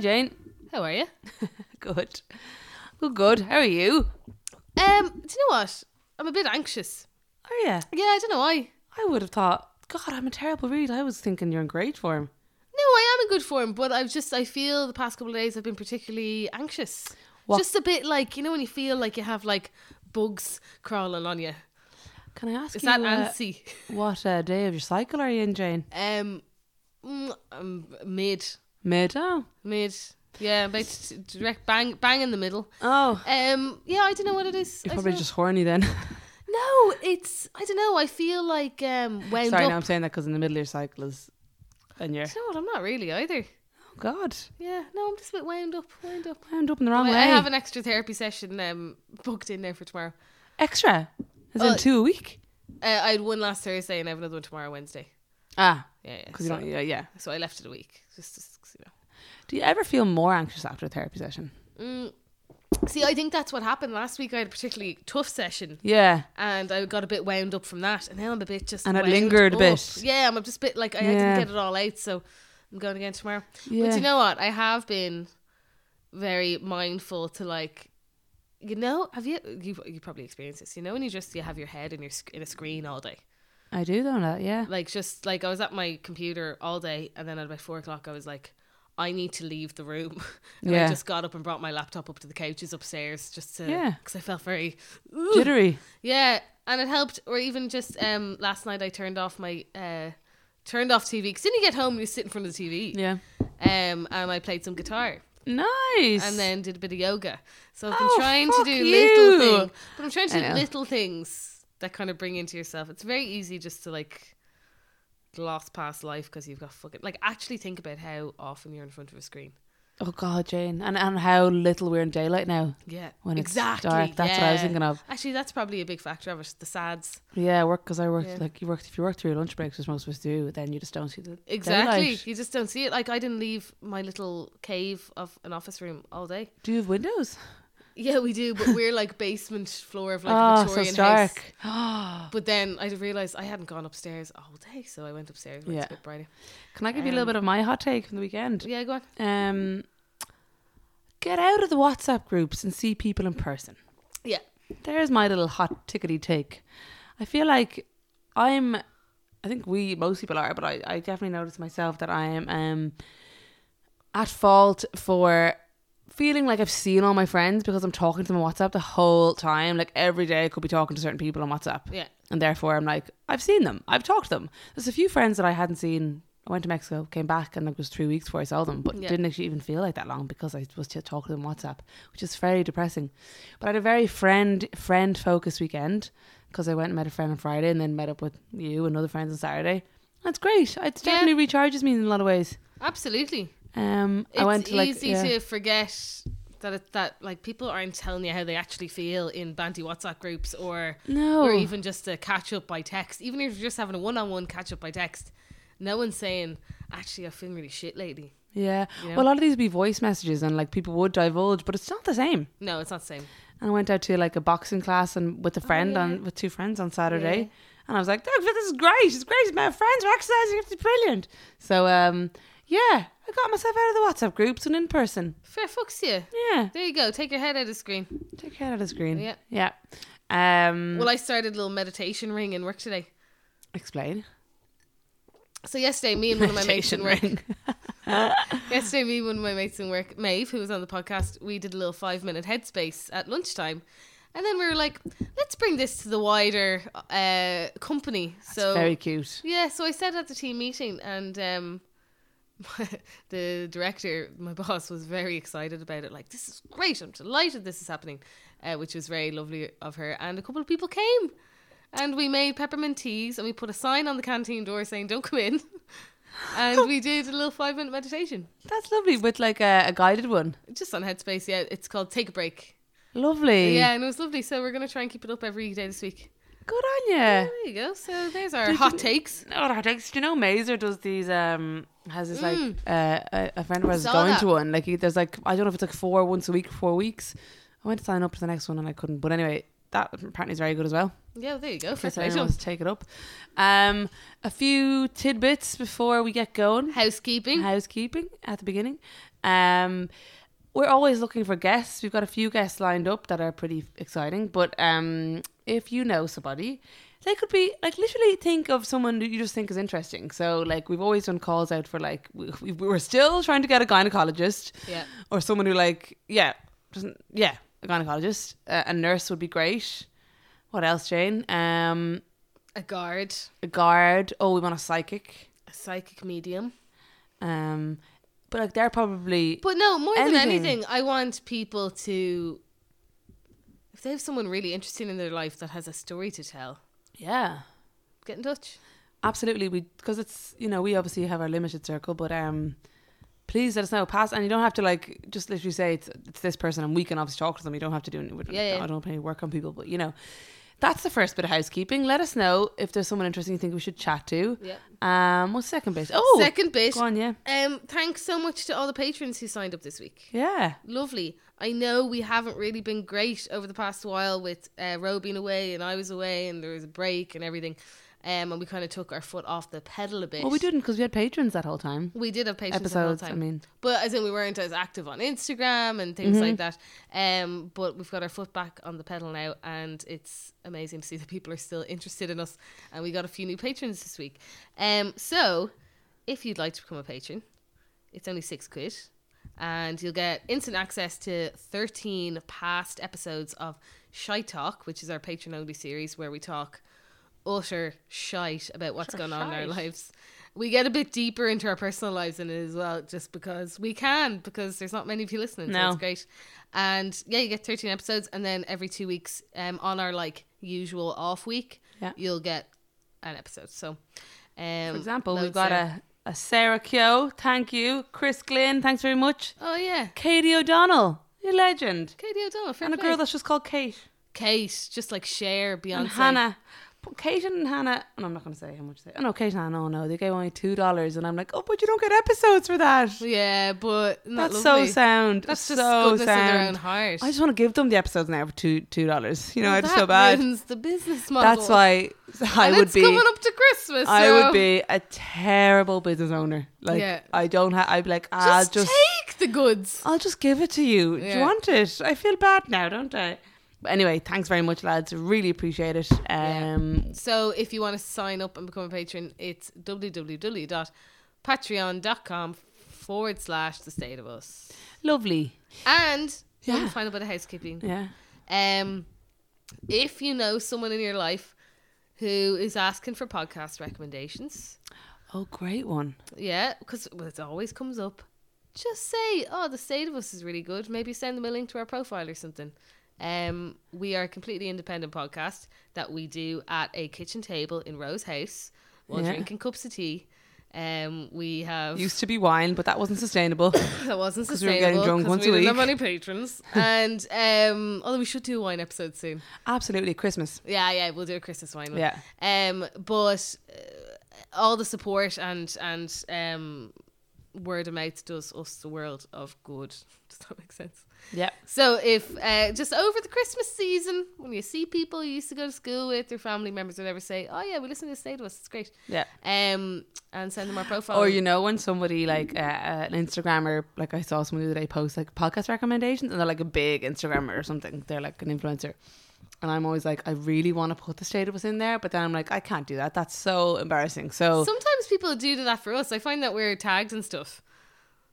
Jane. How are you? Good. Good, good. How are you? Um, do you know what? I'm a bit anxious. Are you? Yeah, I don't know why. Oh, I would have thought, God, I'm a terrible read. I was thinking you're in great form. No, I am in good form, but I've just I feel the past couple of days I've been particularly anxious. What- Just a bit like you know when you feel like you have like bugs crawling on you. Can I ask It's you that uh, antsy. what uh, day of your cycle are you in, Jane? Um, mm, um, mid, Mid. Oh. mid. Yeah, about t- direct bang, bang in the middle. Oh. Um, yeah, I don't know what it is. You're I don't probably know. just horny then. no. It's I don't know. I feel like um wound Sorry, up. now I'm saying that because in the middle of your cycle is and you're. Do you know what? I'm not really either. Oh, God. Yeah, no, I'm just a bit wound up, wound up. I end up in the wrong I, way. I have an extra therapy session um, booked in there for tomorrow. Extra. Is Well, in two a week? Uh, I had one last Thursday and I have another one tomorrow, Wednesday. Ah, Yeah, yeah. because so, you don't. Yeah, yeah. so I left it a week. Just, just 'cause, you know. Do you ever feel more anxious after a therapy session? Mm, See, I think that's what happened last week. I had a particularly tough session Yeah. and I got a bit wound up from that. And now I'm a bit just. And it wound lingered a up. bit. Yeah, I'm just a bit like, I, I Yeah. didn't get it all out, so I'm going again tomorrow. Yeah. But you know what? I have been very mindful to like, you know, have you you you probably experienced this? You know, when you just you have your head in your sc- in a screen all day, I do though. That yeah. like just like I was at my computer all day, and then at about four o'clock, I was like. I need to leave the room. And Yeah. I just got up and brought my laptop up to the couches upstairs just to, Yeah. because I felt very, Jittery. yeah, and it helped. Or even just um last night, I turned off my, uh turned off TV because then you get home and you sit in front of the TV. Yeah. Um, and I played some guitar Nice. and then did a bit of yoga. So I've been Oh, trying to fuck do you. little things, but I'm trying to I do know. little things that kind of bring into yourself. It's very easy just to like gloss past life because you've got fucking like actually think about how often you're in front of a screen. Oh God, Jane, and and how little we're in daylight now. Yeah, When it's exactly. dark, that's what I was yeah. thinking of. Actually, that's probably a big factor of it. The sads, Yeah, work because I worked Yeah. like you worked if you work through your lunch breaks, which most of us do, then you just don't see the exactly. daylight. You just don't see it. Like I didn't leave my little cave of an office room all day. Do you have windows? Yeah, we do, but we're like basement floor of like a oh, so Victorian it's house. dark. But then I realized I hadn't gone upstairs all day, so I went upstairs. When yeah. Yeah. It's a bit brighter. Can I give Um, you a little bit of my hot take from the weekend? Yeah, go on. Um, get out of the WhatsApp groups and see people in person. Yeah. There's my little hot tickety take. I feel like I'm, I think we, most people are, but I, I definitely notice myself that I am um, at fault for feeling like I've seen all my friends because I'm talking to them on WhatsApp the whole time. Like every day I could be talking to certain people on WhatsApp. Yeah. And therefore I'm like, I've seen them. I've talked to them. There's a few friends that I hadn't seen. I went to Mexico, came back, and it was three weeks before I saw them, but Yeah. didn't actually even feel like that long because I was just talking to them on WhatsApp, which is very depressing. But I had a very friend friend focused weekend because I went and met a friend on Friday and then met up with you and other friends on Saturday. That's great. It Yeah. definitely recharges me in a lot of ways. Absolutely. Um, It's I went to like easy yeah. to forget that it, that like people aren't telling you how they actually feel in bandy WhatsApp groups or no, or even just a catch up by text. Even if you're just having a one on one catch up by text, no one's saying, Actually I'm feeling really shit lately. yeah. you know? Well, a lot of these would be voice messages and like people would divulge, but it's not the same. No, it's not the same. And I went out to like a boxing class and with a friend Oh, yeah. on with two friends on Saturday. Yeah. And I was like, "Look, this is great. It's great. It's My friends are exercising. It's brilliant." So um, yeah, I got myself out of the WhatsApp groups and in person. Fair fucks you. Yeah, There you go. Take your head out of the screen. take your head out of the screen. Yeah. yeah. Um, Well, I started a little meditation ring in work today. explain. So yesterday, me and one of my mates in Meditation work. ring. Yesterday, me and one of my mates in work, Maeve, who was on the podcast, we did a little five minute headspace at lunchtime. And then we were like, let's bring this to the wider uh, company. so, Very cute. yeah, so I said at the team meeting, and um, the director, my boss, was very excited about it. Like, this is great. I'm delighted this is happening, uh, which was very lovely of her. And a couple of people came. And we made peppermint teas and we put a sign on the canteen door saying, don't come in. And we did a little five minute meditation That's lovely with like a, a guided one. just on Headspace. Yeah, it's called Take a Break. Lovely. Yeah, and it was lovely. So we're gonna try and keep it up every day this week. Good on you. There you go. So there's our Did hot you- takes. No, that takes. Do you know Mazer does these? Um, has this like uh, a, a friend of ours is Mm. Saw going that. to one. Like he, there's like I don't know if it's like four once a week, four weeks. I went to sign up to the next one and I couldn't. But anyway, that apparently is very good as well. Yeah, there you go. If First anyone item. wants to take it up. Um, a few tidbits before we get going. Housekeeping. Housekeeping at the beginning. Um, we're always looking for guests. We've got a few guests lined up that are pretty exciting. But um, if you know somebody, they could be like literally think of someone that you just think is interesting. So like we've always done calls out for like we, we we're still trying to get a gynecologist Yeah. or someone who like yeah doesn't yeah a gynecologist uh, a nurse would be great. What else, Jane? Um, A guard, a guard. Oh, we want a psychic. a psychic medium. Um, but like they're probably But no, more than Anything. anything, I want people to. If they have someone really interesting in their life that has a story to tell, yeah. get in touch. absolutely we because it's you know we obviously have our limited circle but um please let us know pass and you don't have to like just literally say it's, it's this person and we can obviously talk to them you don't have to do we don't, Yeah, yeah. i don't put any work on people but you know that's the first bit of housekeeping let us know if there's someone interesting you think we should chat to Yeah. um what's second bit oh Second bit. go on yeah Um, thanks so much to all the patrons who signed up this week. yeah Lovely. I know we haven't really been great over the past while with uh, Ro being away and I was away and there was a break and everything. Um, and we kind of took our foot off the pedal a bit. well we didn't because we had patrons that whole time We did have patients episodes the whole i time. mean but as in we weren't as active on Instagram and things like that. Um, but we've got our foot back on the pedal now, and it's amazing to see that people are still interested in us. And we got a few new patrons this week. Um, so if you'd like to become a patron, it's only six quid, and you'll get instant access to thirteen past episodes of Shy Talk, which is our patron only series where we talk utter shite about what's going on in our shite. lives. We get a bit deeper into our personal lives in it as well, just because we can, because there's not many of you listening. So No. it's great. And yeah, you get 13 episodes, and then every two weeks, um, on our like usual off week, Yeah. you'll get an episode. So, um, for example we've loads got there. a, a sarah kyo thank you chris glynn thanks very much oh yeah, katie o'donnell you legend Katie O'Donnell, fair and a play. girl that's just called Kate Kate, just like Cher, Beyonce, and Hannah. But Kate and Hannah, and I'm not going to say how much they. Oh no, Kate and Hannah. Oh no, they gave only two dollars, and I'm like, oh, but you don't get episodes for that. Yeah, but not That's lovely. so sound. That's just That's, so goodness of their own sound. heart. I just want to give them the episodes now for two two dollars. You know, I That just feel bad. ruins the business model. That's why I and would it's be. coming up to Christmas. I so would be a terrible business owner. Like Yeah. I don't have. I'd be like, Just, I'll just take the goods. I'll just give it to you. Do Yeah. you want it? I feel bad now, don't I? But anyway, thanks very much, lads. Really appreciate it. Yeah. Um, So if you want to sign up and become a patron, it's www.patreon.com forward slash the state of us. Lovely. And yeah. Yeah. one final bit of housekeeping. Yeah. Um, if you know someone in your life who is asking for podcast recommendations, Oh, great one. yeah, because well, it always comes up. Just say, "Oh, the state of us is really good." Maybe send them a link to our profile or something. Um, we are a completely independent podcast that we do at a kitchen table in Rose House while Yeah. drinking cups of tea. Um, we have Used to be wine, but that wasn't sustainable. that wasn't 'Cause we were sustainable getting drunk 'cause once we a didn't have week. any patrons, and um, although we should do a wine episode soon. Absolutely, Christmas. Yeah, yeah, we'll do a Christmas wine. One. Yeah. Um, but uh, all the support and and um, word of mouth does us the world of good. Does that make sense? Yep. So if uh, just over the Christmas season, when you see people you used to go to school with, their family members, whatever, say, "Oh yeah, we listen to the state of us. It's great." Yeah. Um, and send them our profile. Or you know when somebody like uh, an Instagrammer, like I saw someone the other day post like podcast recommendations, and they're like a big Instagrammer or something. They're like an influencer, and I'm always like, I really want to put the state of us in there, but then I'm like, I can't do that. That's so embarrassing. So Sometimes people do do that for us. I find that we're tagged and stuff.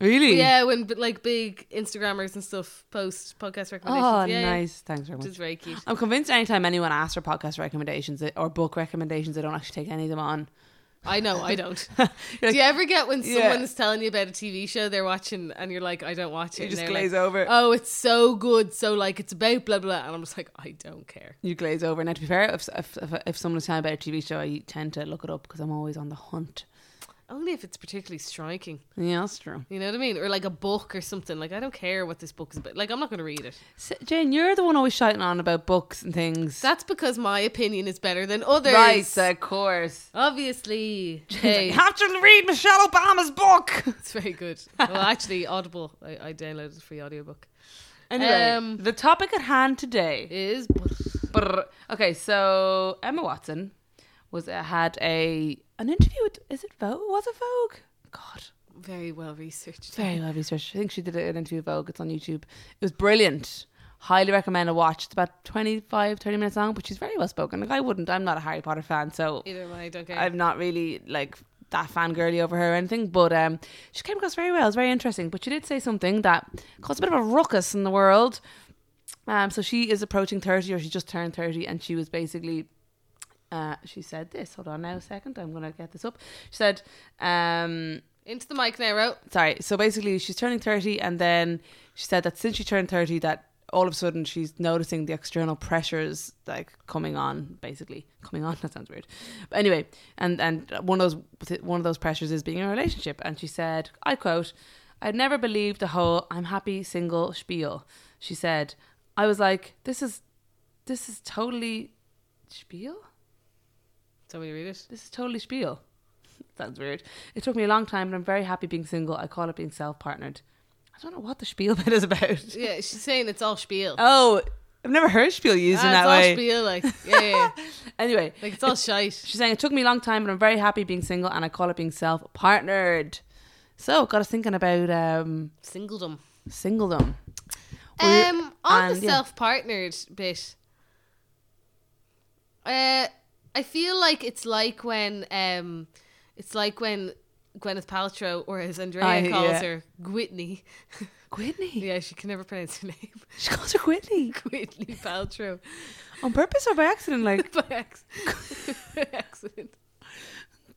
really, Yeah, when but, like big Instagrammers and stuff post podcast recommendations. Oh, yeah, yeah, nice. Thanks very Which much. is very cute. I'm convinced anytime anyone asks for podcast recommendations or book recommendations, I don't actually take any of them on. I know, I don't. You're Do you ever get when Yeah. someone's telling you about a TV show they're watching and you're like, I don't watch it? You and just they're glaze like, over. Oh, it's so good. So, like, it's about blah, blah. And I'm just like, I don't care. You glaze over. Now, to be fair, if if if, if someone's telling about a TV show, I tend to look it up because I'm always on the hunt. Only if it's particularly striking. Yeah, that's true. You know what I mean? Or like a book or something. Like, I don't care what this book is about. Like, I'm not going to read it. S Jane, you're the one always shouting on about books and things. That's because my opinion is better than others. right, of course. Obviously. You Hey, have to read Michelle Obama's book. it's very good. Well, actually, Audible. I, I downloaded a free audiobook. Anyway, Um, the topic at hand today Is Brr. Okay, so Emma uh, Watson was had a an interview with is it Vogue? Was it Vogue? God, Very well researched. Very well researched. I think she did an interview with Vogue. It's on YouTube. It was brilliant. Highly recommend a watch. It's about 25, 30 minutes long, but she's very well spoken. Like I wouldn't. I'm not a Harry Potter fan, so Either way, don't care. I'm not really like that fangirly over her or anything, but um, she came across very well. It's very interesting. But she did say something that caused a bit of a ruckus in the world. Um, so she is approaching 30 or she just turned 30 and she was basically, uh, she said this. Hold on now a second. I'm going to get this up. She said, um, Into the mic now, Ro. sorry. So basically, she's turning 30, and then she said that since she turned 30, that all of a sudden she's noticing the external pressures like coming on, basically coming on. That sounds weird, but anyway, and and one of those one of those pressures is being in a relationship. And she said, I quote, "I'd never believed the whole I'm happy single spiel." She said, "I was like, this is, this is totally spiel." Tell me to read it. This is totally spiel. Sounds weird. It took me a long time, but I'm very happy being single. I call it being self partnered. I don't know what the spiel bit is about. Yeah, she's saying it's all spiel. Oh, I've never heard spiel used in Ah, that it's all way. spiel, like yeah, yeah, yeah. Anyway, like it's all shite. she's saying it took me a long time, but I'm very happy being single, and I call it being self partnered. So, got us thinking about um, Singledom. singledom. We're- Um, on and, the yeah. self-partnered bit, uh, I feel like it's like when, um, it's like when Gwyneth Paltrow, or as Andrea I- calls yeah. her, Gwitney. Whitney. yeah, she can never pronounce her name. She calls her Whitney Whitney Paltrow on purpose or by accident. Like by acc- by accident.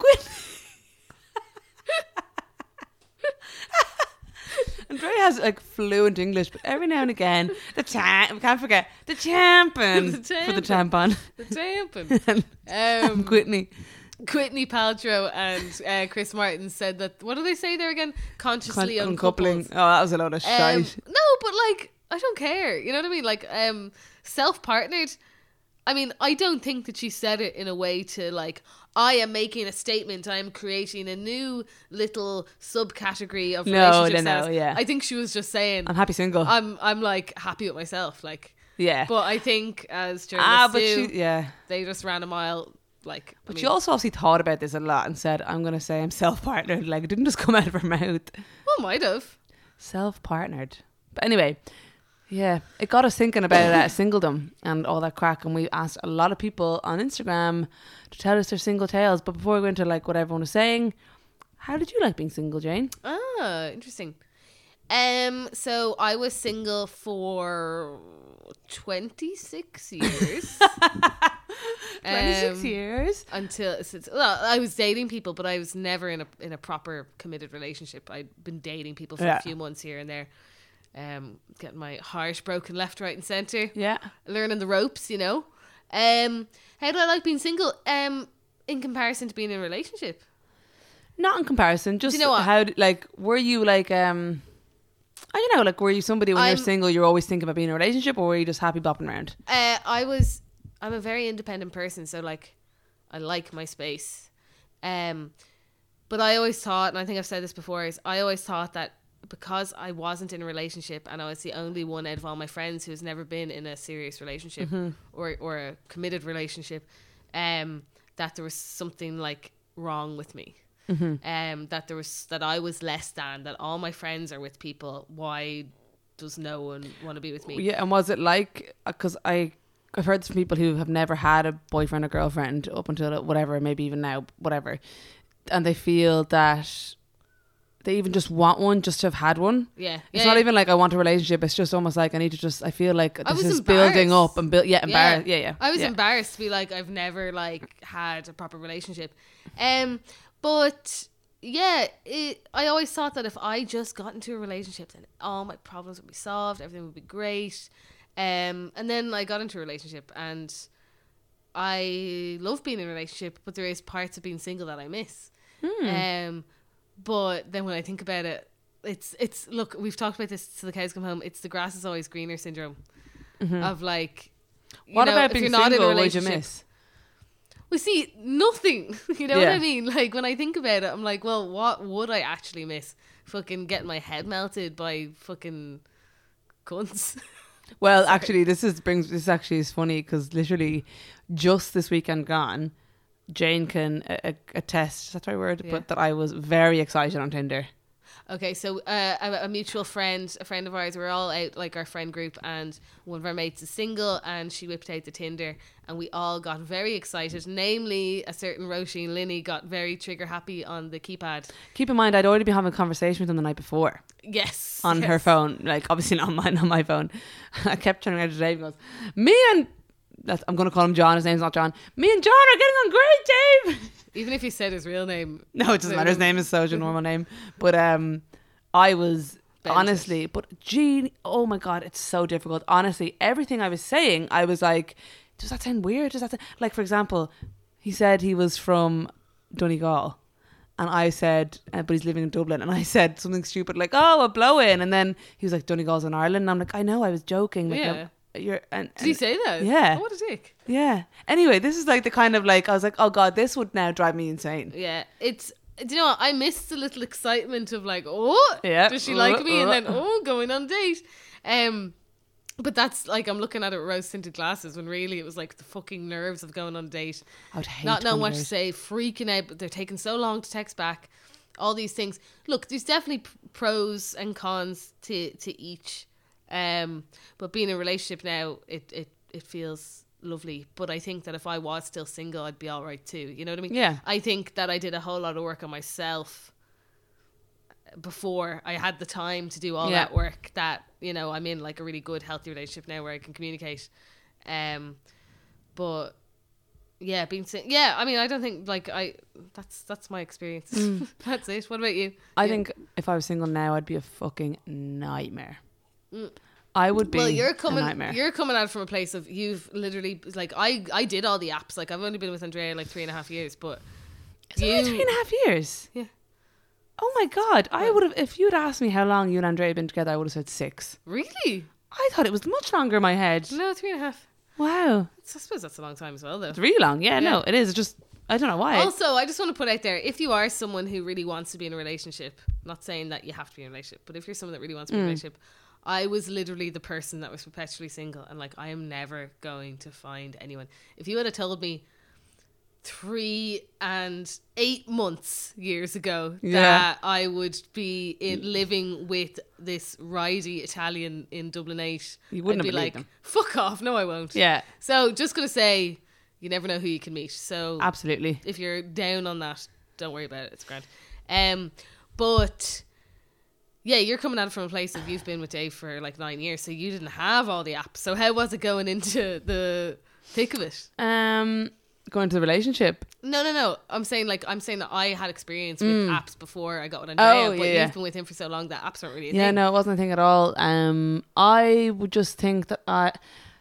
Whitney. Andrea has like fluent English, but every now and again, the champ, we can't forget the champion The for the tampon. The tampon. Um, Um, Whitney. Whitney Paltrow and uh, Chris Martin said that. What do they say there again? Consciously Con- uncoupling. uncoupling. Oh, that was a lot of Um, shite. no, but like I don't care. You know what I mean? Like um self partnered. I mean, I don't think that she said it in a way to like I am making a statement. I am creating a new little subcategory of No, relationship no, no, status. yeah. Uh-huh. I think she was just saying I'm happy single. I'm I'm like happy with myself. Like, yeah. but I think as journalists ah, but do, she, yeah. they just ran a mile. Like, But I she mean, also obviously thought about this a lot and said, "I'm gonna say I'm self-partnered." Like it didn't just come out of her mouth. well, might have. Self-partnered. But anyway, yeah, it got us thinking about uh, singledom and all that crack. And we asked a lot of people on Instagram to tell us their single tales. But before we go into like what everyone was saying, how did you like being single, Jane? Ah, interesting. Um, so I was single for twenty six years. Um, years. until since well, I was dating people, but I was never in a in a proper committed relationship. I'd been dating people for Yeah. a few months here and there, um, getting my heart broken left, right, and center Yeah. learning the ropes, you know. Um, how do I like being single? Um, in comparison to being in a relationship, Not in comparison. Just know what? how d- like were you like um I don't know, like were you somebody when you're I'm- single you're always thinking about being in a relationship or were you just happy bopping around? uh, I was I'm a very independent person, so like I like my space. Um, but I always thought, and I think I've said this before, is I always thought that because I wasn't in a relationship and I was the only one out of all my friends who's never been in a serious relationship Mm-hmm. or or a committed relationship, um, that there was something like wrong with me. Mm-hmm. Um, that there was that I was less than that. All my friends are with people. Why does no one want to be with me? Yeah, and was it like because I I've heard this from people who have never had a boyfriend or girlfriend up until whatever, maybe even now, whatever, and they feel that they even just want one just to have had one. Yeah, It's Yeah, not yeah. even like I want a relationship. It's just almost like I need to just. I feel like this was is building embarrassed. up and build. Yeah, embarrassed. Yeah, yeah. I was yeah. embarrassed to be like, I've never like had a proper relationship. Um, but yeah, it, I always thought that if I just got into a relationship, then all my problems would be solved, everything would be great. Um, and then I got into a relationship, and I love being in a relationship, but there is parts of being single that I miss. Hmm. Um, but then when I think about it, it's it's look, we've talked about this till the cows come home. It's the grass is always greener syndrome of like. you Mm-hmm. What know, about if being you're not in a single? What did you relationship- miss? Well, see, nothing. You know what Yeah. I mean? Like when I think about it, I'm like, well, what would I actually miss? Fucking getting my head melted by fucking cunts. Well, actually, this is brings this actually is funny because literally, just this weekend gone, Jane can a- a- attest. Is that the right word? Yeah. But that I was very excited on Tinder. Okay, so uh, a, a mutual friend, a friend of ours, we're all out like our friend group, and one of our mates is single, and she whipped out the Tinder, and we all got very excited. Namely, a certain Roisin Linney got very trigger happy on the keypad. Keep in mind, I'd already been having a conversation with him the night before Yes, on yes. her phone. Like, obviously not mine, on my phone. I kept turning around to Dave and goes, me and... That's, I'm going to call him John. His name's not John. Me and John are getting on great, Dave. Even if you said his real name, No, it doesn't matter. His name is such a normal name. But um, I was Bent. honestly, but Gene, oh my god, it's so difficult. Honestly, everything I was saying, I was like, does that sound weird? Does that sound... like, for example, he said he was from Donegal. And I said, uh, but he's living in Dublin. And I said something stupid like, "Oh, a blow in." And then he was like, "Donegal's in Ireland." And I'm like, "I know, I was joking." Like, Yeah. no, you're. And, Did he and- say that? Yeah. Oh, what a dick. Yeah. Anyway, this is like the kind of like I was like, "Oh God, this would now drive me insane." Yeah, it's. Do you know what? I missed the little excitement of like, oh, Yeah. does she like me? And then, Uh, uh. oh, going on date. Um, but that's like I'm looking at it with rose tinted glasses when really it was like the fucking nerves of going on a date, I would hate not knowing what to Converse. say, freaking out, but they're taking so long to text back. All these things. Look, there's definitely p- pros and cons to to each. Um, but being in a relationship now, it it it feels lovely. But I think that if I was still single, I'd be all right too. You know what I mean? Yeah. I think that I did a whole lot of work on myself before I had the time to do all Yeah. that work that, you know, I'm in like a really good, healthy relationship now where I can communicate. Um but yeah, being sing- yeah, I mean I don't think like I that's that's my experience. Mm. that's it. What about you? I You- think if I was single now, I'd be a fucking nightmare. I would be. Mm. well, you're A coming. nightmare. You're coming out from a place of you've literally like I. I did all the apps. Like I've only been with Andrea like three and a half years, but It's only three and a half years. Yeah. Oh my god! I would have. If you'd asked me how long you and Andrea had been together, I would have said six. really I thought it was much longer in my head. no three and a half. Wow, I suppose that's a long time as well, though. it's really long. Yeah, no, it is. It's just I don't know why. Also, I just want to put out there if you are someone who really wants to be in a relationship, not saying that you have to be in a relationship, but if you're someone that really wants Mm. to be in a relationship, I was literally the person that was perpetually single and like, I am never going to find anyone. If you would have told me three and eight months years ago Yeah. that I would be in living with this ridey Italian in Dublin 8, You wouldn't I'd have be like, believed them. fuck off. No, I won't. yeah, So just going to say, you never know who you can meet. So absolutely. if you're down on that, don't worry about it. It's grand. Um, but yeah, you're coming at it from a place of you've been with Dave for like nine years, so you didn't have all the apps. So how was it going into the thick of it? Um, going to the relationship. No, no, no. I'm saying like I'm saying that I had experience with apps before I got with Andrea, Oh, but yeah, yeah. you've been with him for so long that apps aren't really. A yeah, thing. no, it wasn't a thing at all. Um, I would just think that I,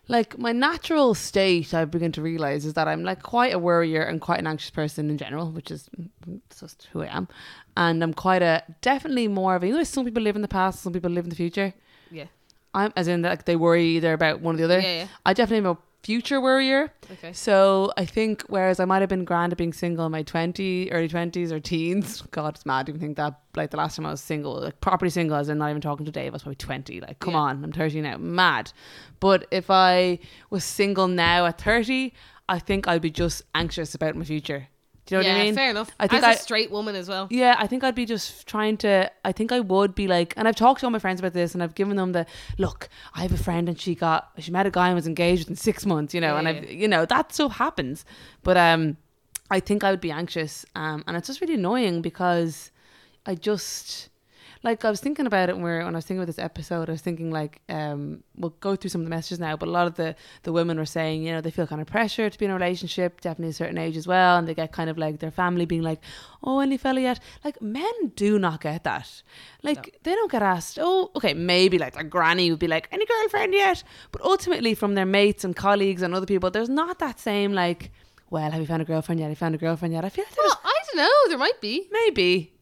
like, my natural state, I begin to realize is that I'm like quite a worrier and quite an anxious person in general, which is it's just who I am. And I'm quite a definitely more of a. You know, some people live in the past, some people live in the future. Yeah. I'm as in like they worry either about one or the other. Yeah, yeah. I definitely am a future worrier. Okay. So I think whereas I might have been grand at being single in my twenty, early twenties or teens, God, it's mad to even think that. Like the last time I was single, like properly single, as in not even talking to Dave, I was probably twenty. Like, come Yeah. on, I'm thirty now, mad. But if I was single now at thirty, I think I'd be just anxious about my future. Do you know yeah, what I mean? fair enough. I think As a I- straight woman as well. Yeah, I think I'd be just trying to. I think I would be like, and I've talked to all my friends about this, and I've given them the look. I have a friend, and she got she met a guy and was engaged in six months, you know, and Yeah. I've you know that stuff happens, but um, I think I would be anxious, um, and it's just really annoying because I just like I was thinking about it when, we were, when I was thinking about this episode. I was thinking like um, we'll go through some of the messages now, but a lot of the the women were saying you know they feel kind of pressure to be in a relationship, definitely a certain age as well, and they get kind of like their family being like, oh, any fella yet? Like men do not get that. Like they don't get asked. Oh, okay, maybe like their granny would be like, any girlfriend yet? But ultimately, from their mates and colleagues and other people, there's not that same like. Well, have you found a girlfriend yet? Have you found a girlfriend yet? I feel like there's Well, I don't know. There might be. maybe,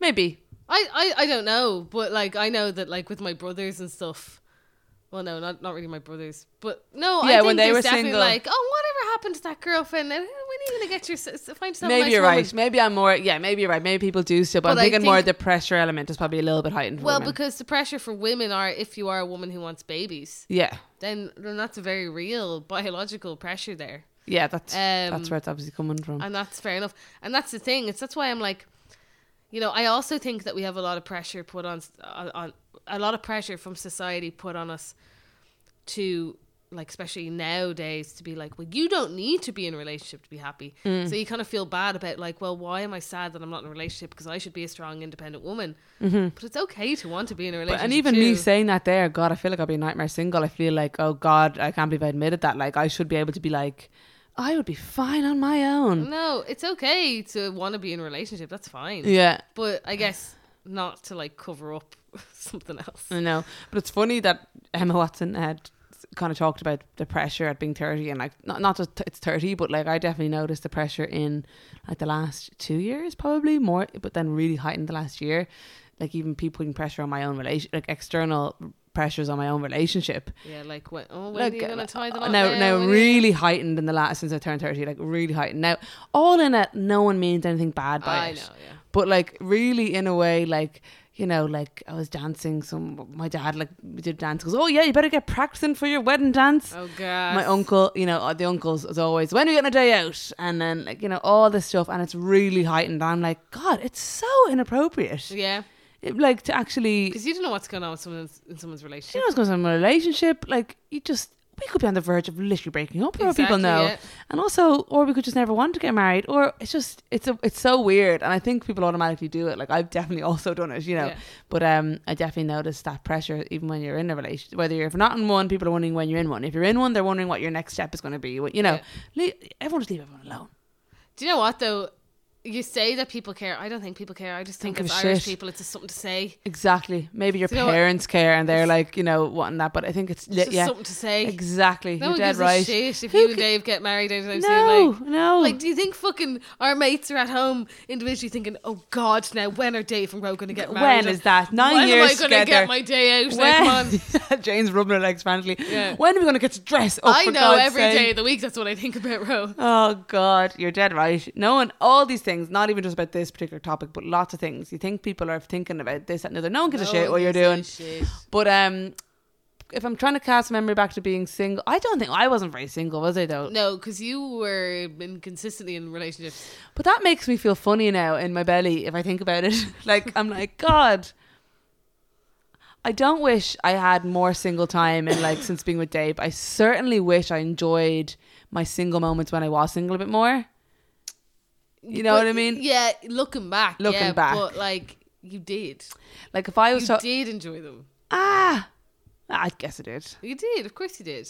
maybe I, I I don't know, but like I know that like with my brothers and stuff. Well, no, not not really my brothers, but no, I Yeah, think when they there's were definitely single. like, oh, whatever happened to that girlfriend? And when are you gonna get your s- s- find yourself? a maybe nice you're woman? right. Maybe I'm more. Yeah, maybe you're right. Maybe people do still, but, But I'm I thinking more think- the pressure element is probably a little bit heightened. For Well, women. because the pressure for women are if you are a woman who wants babies, yeah, then then that's a very real biological pressure there, yeah, that's Um, that's where it's obviously coming from. and that's fair enough. And that's the thing. It's that's why I'm like, you know, I also think that we have a lot of pressure put on on, on a lot of pressure from society put on us to like especially nowadays to be like well you don't need to be in a relationship to be happy Mm. so you kind of feel bad about like well why am i sad that i'm not in a relationship because i should be a strong independent woman but it's okay to want to be in a Mm-hmm. But, relationship and even me too. saying that there, God, I feel like I'd be a nightmare single. I feel like, oh God, I can't believe I admitted that. Like I should be able to be like, I would be fine on my own. no it's okay to want to be in a relationship that's fine Yeah, but i guess not to like cover up something else I know. But it's funny that Emma Watson had kind of talked about the pressure at being 30 and like not not just t- it's 30 but like I definitely noticed the pressure in like the last 2 years probably more but then really heightened the last year like even people putting pressure on my own relation like external pressures on my own relationship yeah like when, oh, when Like, are you gonna tie the uh, knot now, now? now When are you- really heightened in the last since I turned thirty, like really heightened. Now, all in it, no one means anything bad by i it, know yeah but like really in a way, like you know, like I was dancing. Some my dad like we did dance goes, oh yeah, you better get practicing for your wedding dance. oh god My uncle, you know, uh, the uncles as always. When are you getting a day out? And then like you know all this stuff, and it's really heightened. I'm like, God, it's so inappropriate. yeah It- like to actually because you don't know what's going on with someone's in someone's relationship you know, it's going to be a relationship. Like, you just, we could be on the verge of literally breaking up. for all people Exactly, know, yeah. and also, or we could just never want to get married, or it's just, it's a, it's so weird. And I think people automatically do it. Like, I've definitely also done it, you know. Yeah. But um, I definitely noticed that pressure even when you're in a relationship. Whether you're if you're not in one, people are wondering when you're in one. If you're in one, they're wondering what your next step is going to be. What you know, Yeah. leave, everyone just leave everyone alone. Do you know what though? You say that people care. I don't think people care. I just think Don't as give a Irish shit. people, it's just something to say. Exactly. Maybe your Do you know what? parents care and they're like, you know, wanting that. But I think it's, It's just yeah, something to say. exactly. No you're one dead gives a right. shit if Who you and ca- Dave get married anytime soon. no, Like, no. like, do you think fucking our mates are at home individually thinking, "Oh God, now when are Dave and Ro going to get married? When is that? Nine when years am I going to together. get my day out? Like, come on. Jane's rubbing her legs frantically. Yeah. When are we going to get to dress up? I Oh, for know God's every day sake? of the week. That's what I think about Ro. Oh God, you're dead right. No one, all these things, not even just about this particular topic, but lots of things. You think people are thinking about this, that, and the other. No one gives a shit what you're doing. But um, if I'm trying to cast memory back to being single, I don't think I wasn't very single, was I though? No, because you were inconsistently in relationships. But that makes me feel funny now in my belly if I think about it. like I'm like, God, I don't wish I had more single time and like since being with Dave. I certainly wish I enjoyed my single moments when I was single a bit more. You know But what I mean? Yeah, looking back. Looking yeah, back. But like, you did. Like if I You was so did enjoy them. ah, I guess I did. You did, of course you did.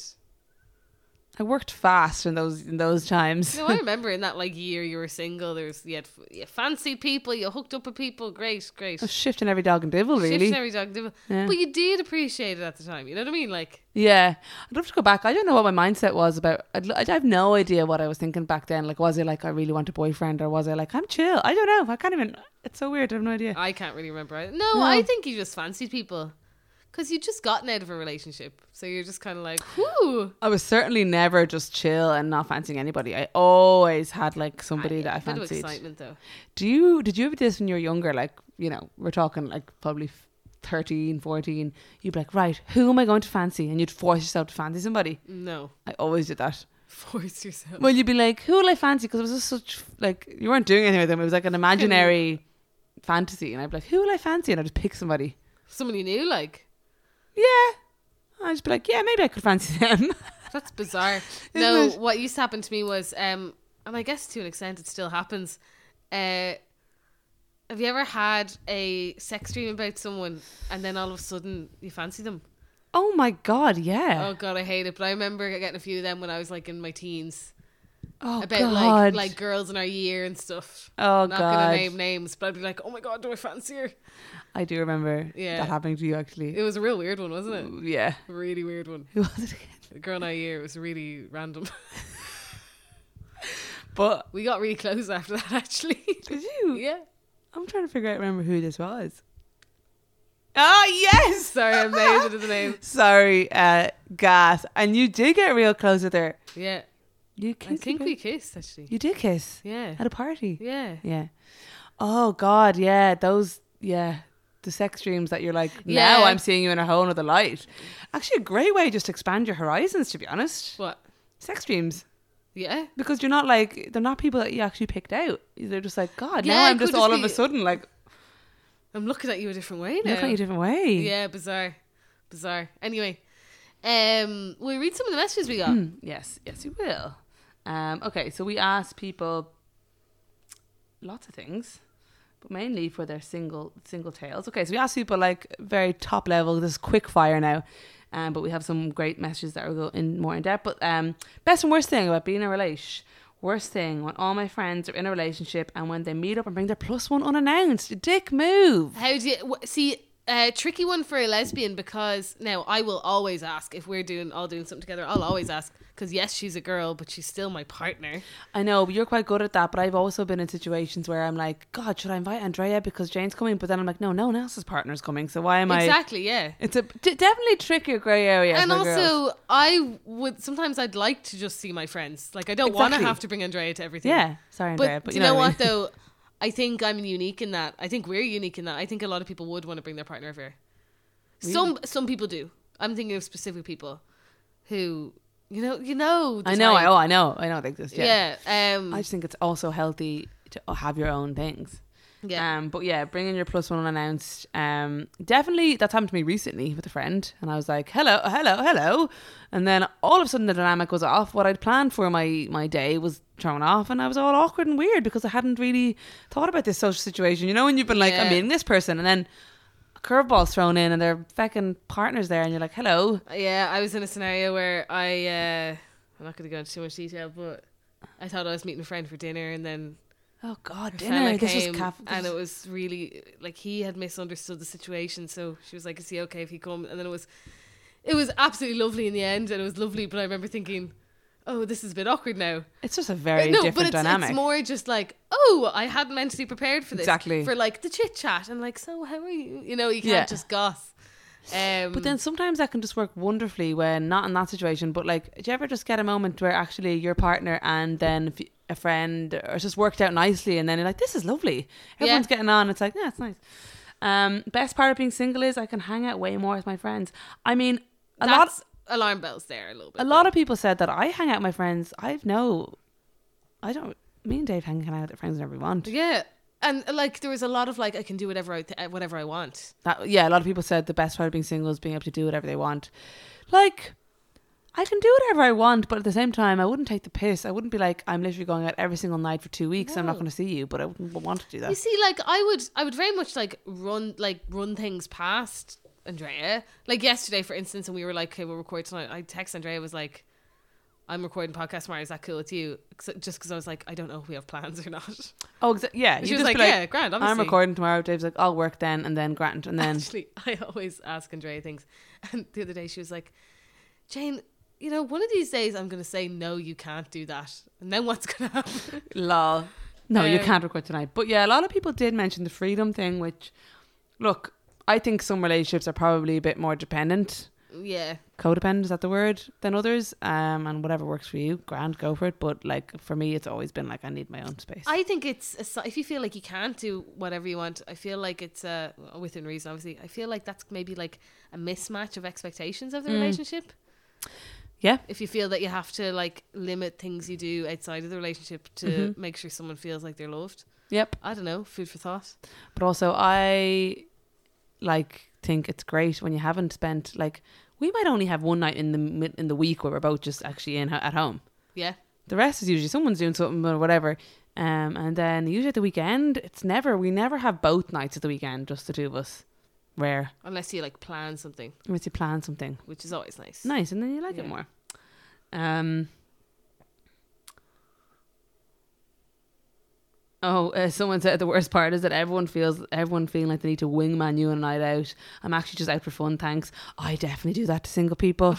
I worked fast in those in those times. No, I remember in that like year you were single. There's you had you fancied people, you hooked up with people. Great, great. I was shifting every dog and devil, Shifts Oh, really. and every dog did- Yeah. But you did appreciate it at the time. You know what I mean? Like, Yeah, I'd love to go back. I don't know what my mindset was about. I'd, l- I have no idea what I was thinking back then. Like, was I like I really want a boyfriend, or was I like I'm chill? I don't know. I can't even. It's so weird. I have no idea. I can't really remember. either. No, No. I think you just fancied people because you just gotten out of a relationship, so you're just kind of like, whoo. I was certainly never just chill and not fancying anybody. I always had like somebody that I A bit of fancied. excitement though. Do you did you ever do this when you were younger? Like you know, we're talking like probably f- 13, 14. You'd be like, right, who am I going to fancy? And you'd force yourself to fancy somebody. No, I always did that. force yourself. Well, you'd be like, who will I fancy? Because it was just such, like, you weren't doing anything with them. It was like an imaginary fantasy. And I'd be like, who will I fancy? And I'd just pick somebody. Someone you knew, like. Yeah. I'd just be like, yeah, maybe I could fancy them. That's bizarre. no, it? what used to happen to me was, um, and I guess to an extent it still happens. Uh, have you ever had a sex dream about someone and then all of a sudden you fancy them? oh my God, yeah. Oh god, I hate it. But I remember getting a few of them when I was like in my teens Oh, about God. like like girls in our year and stuff. oh, I'm Not gonna God. name names, but I'd be like, oh my god, do I fancy her? I do remember Yeah. that happening to you, actually. It was a real weird one, wasn't it? yeah. A really weird one. Who was it again? The girl in our year it was really random. But we got really close after that, actually. did you? yeah. I'm trying to figure out, remember who this was. Ah, Oh, yes. Sorry, I made it as a name. Sorry, uh, gas. And you did get real close with her. Yeah. You I kinky think bitch. we kissed actually. You did kiss Yeah. at a party. Yeah. Yeah. Oh God, yeah. Those yeah. The sex dreams that you're like, now Yeah. I'm seeing you in a whole other light. Actually, a great way just to expand your horizons, to be honest. What? Sex dreams. Yeah. Because you're not like, they're not people that you actually picked out. They're just like, God, Yeah, now it I'm just could just all of be- a sudden like, I'm looking at you a different way now. Look at you a different way. yeah, bizarre, bizarre. Anyway, um, we read some of the messages we got. Mm, Yes, yes, you will. Um, okay, so we asked people lots of things, but mainly for their single single tales. Okay, so we asked people like very top level. This is quick fire now, um, but we have some great messages that will go in more in depth. But um, best and worst thing about being in a relation. Worst thing when all my friends are in a relationship and when they meet up and bring their plus one unannounced. Dick move. How do you wh- see? A tricky one for a lesbian because now I will always ask if we're doing all doing something together. I'll always ask because yes, she's a girl, but she's still my partner. I know, but you're quite good at that. But I've also been in situations where I'm like, God, should I invite Andrea because Jane's coming? But then I'm like, no, no one else's partner's coming. So why am exactly, yeah. I? It's a d- definitely trickier grey area. and for also, girls. I would sometimes I'd like to just see my friends. Like I don't want to Exactly. have to bring Andrea to everything. yeah, sorry, but, Andrea, but do you know, I what mean. though? I think I'm unique in that. I think we're unique in that. I think a lot of people would want to bring their partner over. Some some people do. I'm thinking of specific people who you know you know. the I know, I type. oh, I know, I know they exist. Yeah. yeah. Um, I just think it's also healthy to have your own things. yeah. Um, but yeah, bringing your plus one unannounced. Um, definitely that's happened to me recently with a friend, and I was like, "Hello, hello, hello," and then all of a sudden the dynamic was off. What I'd planned for my my day was thrown off, and I was all awkward and weird because I hadn't really thought about this social situation. You know, when you've been like, Yeah. "I'm meeting this person," and then a curveball's thrown in, and their fucking partners there, and you're like, "Hello." Yeah, I was in a scenario where I uh I'm not gonna go into too much detail, but I thought I was meeting a friend for dinner and then Oh God, a dinner. fella This was came caf- and this- it was really like he had misunderstood the situation, so she was like, Is he okay if he come? And then it was it was absolutely lovely in the end and it was lovely, but I remember thinking, Oh, this is a bit awkward now. it's just a very no, different but it's, dynamic. it's more just like, Oh, I hadn't mentally prepared for this. Exactly. For like the chit chat and like, so how are you? You know, you can't Yeah. just goss. Um But then sometimes that can just work wonderfully when not in that situation. But like, do you ever just get a moment where actually your partner and then if you- a friend or it's just worked out nicely, and then you're like, "This is lovely. Yeah. Everyone's getting on." It's like, yeah, it's nice. Um, best part of being single is I can hang out way more with my friends. I mean, a lot that's alarm bells there a little bit. a lot of people said that I hang out with my friends. I've no, I don't. Me and Dave hang out with our friends whenever we want. Yeah, and like there was a lot of like I can do whatever I th- uh, whatever I want. That, yeah, a lot of people said the best part of being single is being able to do whatever they want. Like, I can do whatever I want, but at the same time, I wouldn't take the piss. I wouldn't be like, I'm literally going out every single night for two weeks. I'm not No. going to see you, but I wouldn't want to do You that. see, like I would I would very much like run like run things past Andrea. Like yesterday, for instance, and we were like, okay, we'll record tonight. I text Andrea was like. I'm recording podcast tomorrow. Is that cool with you? Ex- Just because I was like, I don't know if we have plans or not. Oh, exa- yeah. She you'd was just like, be yeah, grand. Obviously. I'm recording tomorrow. Dave's like, I'll work then, and then Grant, and then Actually, I always ask Andrea things. And the other day she was like, Jane, you know, one of these days I'm going to say, no, you can't do that. And then what's going to happen? lol. No, you Um, can't record tonight. But yeah, a lot of people did mention the freedom thing, which, look, I think some relationships are probably a bit more dependent. yeah. codependent is that the word than others um and whatever works for you grand go for it but like for me it's always been like i need my own space I think it's, a, si- if you feel like you can't do whatever you want, I feel like it's, uh, within reason, obviously, I feel like that's maybe like a mismatch of expectations of the Mm. relationship. Yeah. If you feel that you have to like limit things you do outside of the relationship to Mhm. make sure someone feels like they're loved. yep I don't know, food for thought. but also i like think it's great when you haven't spent like we might only have one night in the mid- in the week where we're both just actually in at home Yeah. the rest is usually someone's doing something or whatever um and then usually at the weekend it's never we never have both nights at the weekend just the two of us rare Unless you like plan something, unless you plan something which is always nice. nice and then you like Yeah. it more um Oh, uh, someone said the worst part is that everyone feels everyone feeling like they need to wingman you on a night out. I'm actually just out for fun, thanks. I definitely do that to single people.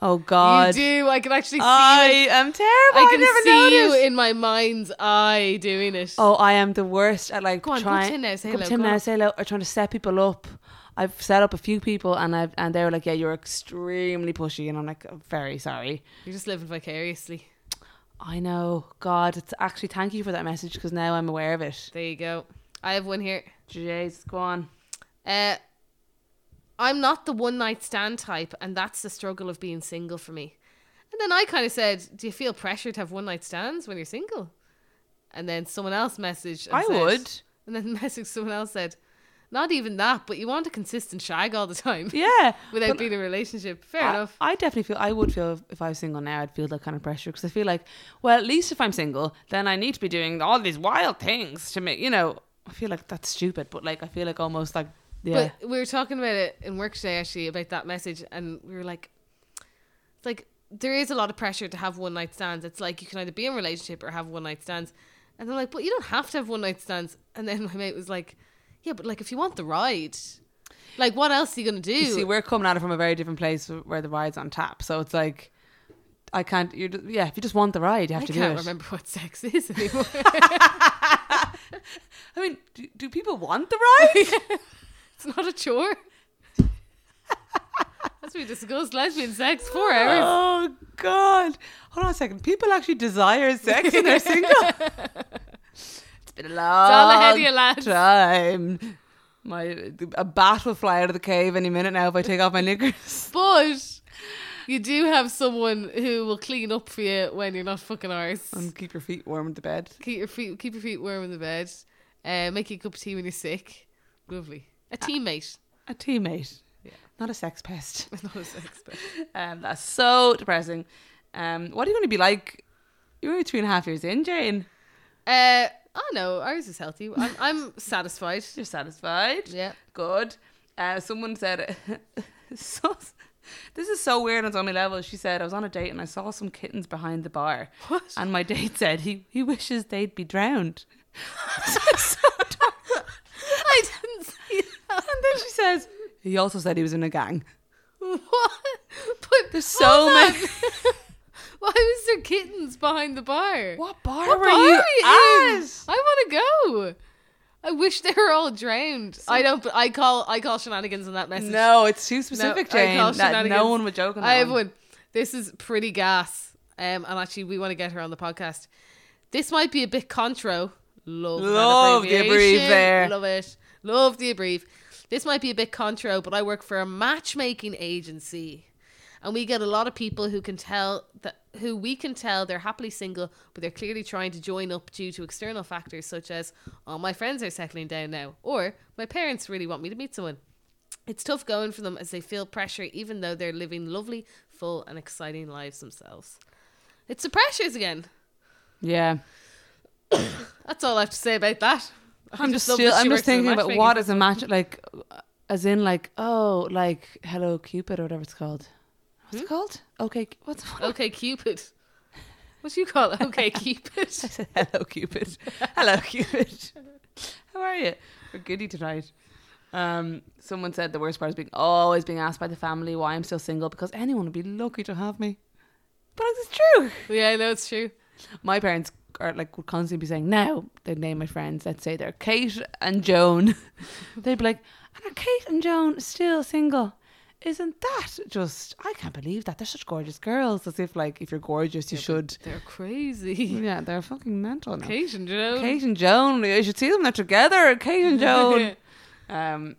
oh God, You do. I can actually see. you. I am terrible. I I, can never see noticed. you in my mind's eye doing it. oh, I am the worst at like go on, come trying. to him now. Say Come hello. to him go on. now, say hello. Or trying to set people up. I've set up a few people, and I've and they were like, "Yeah, you're extremely pushy," and I'm like, "I'm "Very sorry." You're just living vicariously. I know. God, it's actually thank you for that message because now I'm aware of it. There you go. I have one here. Jesus, go on. Uh, I'm not the one night stand type, and that's the struggle of being single for me. And then I kind of said, "Do you feel pressure to have one night stands when you're single?" And then someone else messaged. and I said- would. And then the message someone else said, Not even that, but you want a consistent shag all the time Yeah. without But being in a relationship. Fair I, enough. I definitely feel I would feel if, if I was single now, I'd feel that kind of pressure because I feel like, well, at least if I'm single, then I need to be doing all these wild things to make you know. I feel like that's stupid, but like I feel like almost like yeah, But we were talking about it in work today, actually, about that message, and we were like, it's like there is a lot of pressure to have one night stands. It's like you can either be in a relationship or have one night stands, and they're like, but you don't have to have one night stands. And then my mate was like, yeah, but like if you want the ride, like what else are you gonna do? you see, we're coming at it from a very different place where the ride's on tap, so it's like I can't. You yeah, if you just want the ride, you have I to do can't it. remember what sex is anymore. I mean, do, do people want the ride? it's not a chore. As we discussed, lesbian sex four hours. Oh God! Hold on a second. People actually desire sex and they're single. it's been a long all ahead of you, lads. time. My a bat will fly out of the cave any minute now if I take off my knickers. But you do have someone who will clean up for you when you're not fucking ours. and keep your feet warm in the bed. Keep your feet keep your feet warm in the bed. Uh, make you a cup of tea when you're sick. Lovely. A teammate. A teammate, Yeah. not a sex pest. Not a sex pet. Um, that's so depressing. Um, what are you going to be like? You're only three and a half years in, Jane. uh, oh no, ours is healthy. I'm, I'm satisfied. You're satisfied. Yeah. Good. Uh, someone said, so, this is so weird on so many levels. She said, I was on a date and I saw some kittens behind the bar. What? And my date said he, he wishes they'd be drowned. I didn't see that. And then she says, he also said he was in a gang. What? But There's so hold on. many- Why was there kittens behind the bar? What bar What were bar you are you in? at? I want to go. I wish they were all drowned. I don't. but I call. I call shenanigans on that message. No, it's too No, specific, I call Jane. That no shenanigans. one would joke on that I have one. one. This is pretty gas. Um, and actually, we want to get her on the podcast. This might be a bit contro. Love, that Love the abbreviation. abbrev there. Love it. Love the abbrev. This might be a bit contro, but I work for a matchmaking agency, and we get a lot of people who can tell that who we can tell they're happily single, but they're clearly trying to join up due to external factors such as, "Oh, my friends are settling down now," or "My parents really want me to meet someone." It's tough going for them as they feel pressure, even though they're living lovely, full, and exciting lives themselves. It's the pressures again. Yeah. That's all I have to say about that. I I'm just, love still, that she I'm works just in the thinking about matchmaking. what is a match like, as in like oh like Hello Cupid or whatever it's called. What's it Hmm? called? Okay, Cu- what's what? Okay, Cupid. What do you call it? Okay, Cupid. I said Hello Cupid. Hello Cupid. How are you? We're goody tonight. Um, someone said the worst part is being always being asked by the family why I'm still single because anyone would be lucky to have me. But like, it's true. yeah, I know it's true. My parents are like would constantly be saying now they name my friends. Let's say they're Kate and Joan. They'd be like, and are Kate and Joan still single? Isn't that just? I can't believe that they're such gorgeous girls. As if like if you're gorgeous, you Yeah, but should. They're crazy. Yeah, they're fucking mental now. Kate, Kate and Joan. and Joan, you should see them. They're together. Kate and Joan. um.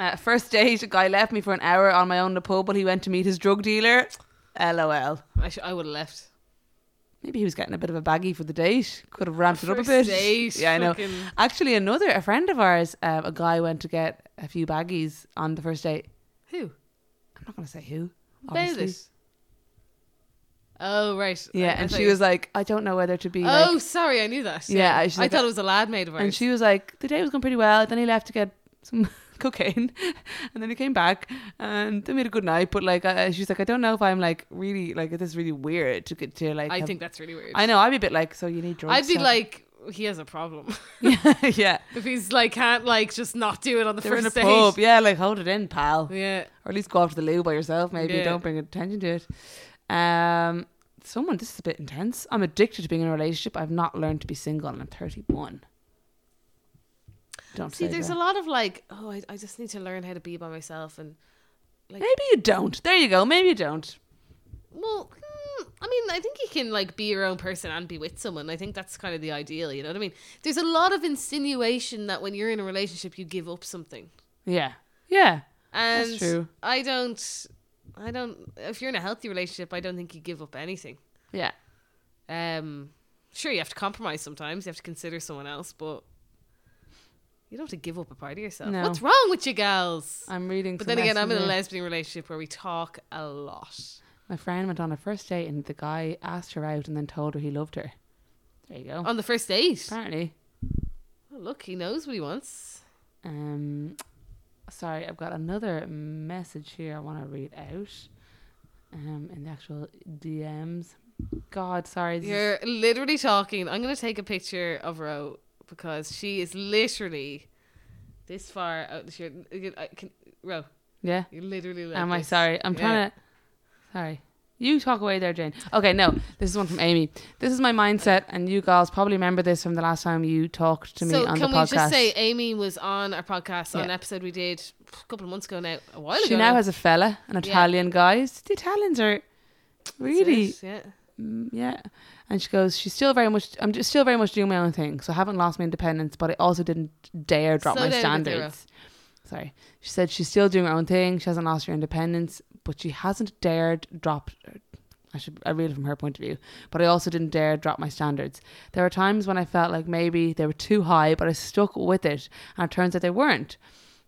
Uh, first date, a guy left me for an hour on my own in the pub, but he went to meet his drug dealer. LOL. I, sh- I would have left. Maybe he was getting a bit of a baggie for the date. Could have ramped it up a First bit. date, yeah, I know. fucking- Actually, another a friend of ours, um, a guy went to get a few baggies on the first date. Who? I'm not going to say who. About obviously. it. Oh, right. I- Yeah, I and thought she you- was like, I don't know whether to be. Oh, like, sorry, I knew that. Yeah, I- she's I like- thought it was a lad made of ours. and she was like, the day was going pretty well. Then he left to get some cocaine, and then he came back, and they made a good night. But like, uh, she's like, I don't know if I'm like really like this is really weird to get to like. I have- think that's really weird. I know. I'd be a bit like, so you need drugs. I'd be so-" like, he has a problem. yeah, if he's like, can't like just not do it on the they're in a first date. pub. Yeah, like hold it in, pal. Yeah. or at least go after the loo by yourself. Maybe Yeah. don't bring attention to it. Um, someone, this is a bit intense. I'm addicted to being in a relationship. I've not learned to be single, and I'm 31. Don't See, say there's that. a lot of like, oh, I, I just need to learn how to be by myself. And like- Maybe you don't. There you go. Maybe you don't. well, hmm, I mean, I think you can like be your own person and be with someone. I think that's kind of the ideal. You know what I mean? There's a lot of insinuation that when you're in a relationship, you give up something. Yeah. Yeah. And true. I don't, I don't, if you're in a healthy relationship, I don't think you give up anything. Yeah. Um, sure, you have to compromise sometimes. You have to consider someone else, but You don't have to give up a part of yourself. No. What's wrong with you gals? I'm reading. But some then again, I'm in a messages. lesbian relationship where we talk a lot. My friend went on her first date, and the guy asked her out, and then told her he loved her. There you go. On the first date. Apparently, Well, look, he knows what he wants. um, sorry, I've got another message here. I want to read out. Um, in the actual DMs. God, sorry. this is- You're literally talking. I'm going to take a picture of Ro because she is literally this far out. She, I can, Ro, yeah. you're literally like Am I this. sorry? I'm trying Yeah. to. Sorry. You talk away there, Jane. Okay, no. This is one from Amy. This is my mindset, and you girls probably remember this from the last time you talked to me so on can the podcast. we just say Amy was on our podcast on Yeah. an episode we did a couple of months ago now, a while she ago. now has a fella, an Italian guy. The Italians are That's really, it, Yeah. mm, yeah. And she goes, she's still very much. I'm just still very much doing my own thing, so I haven't lost my independence, but I also didn't dare drop Slow my down a bit, Zero. standards. Sorry, she said she's still doing her own thing. She hasn't lost her independence, but she hasn't dared drop. I should I read it from her point of view, but I also didn't dare drop my standards. There were times when I felt like maybe they were too high, but I stuck with it, and it turns out they weren't.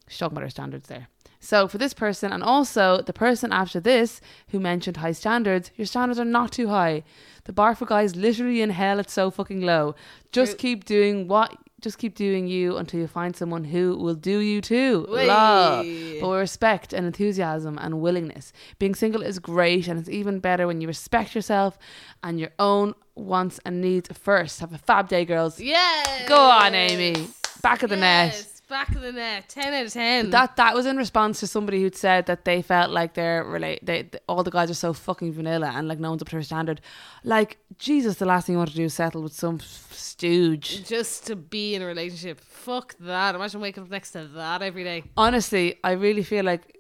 She's talking about her standards there. So for this person, and also the person after this who mentioned high standards, your standards are not too high. The bar for guys literally in hell. It's so fucking low. Just True. keep doing what. Just keep doing you until you find someone who will do you too. Whey. Love but with respect and enthusiasm and willingness. Being single is great, and it's even better when you respect yourself and your own wants and needs first. Have a fab day, girls. Yes. Go on, Amy. Back of the net. Yes, Back of the net. 10 out of 10. That that was in response to somebody who'd said that they felt like they're relate. They, th- all the guys are so fucking vanilla and like no one's up to her standard. Like Jesus, the last thing you want to do is settle with some f- stooge. just to be in a relationship. Fuck that. Imagine waking up next to that every day. honestly, I really feel like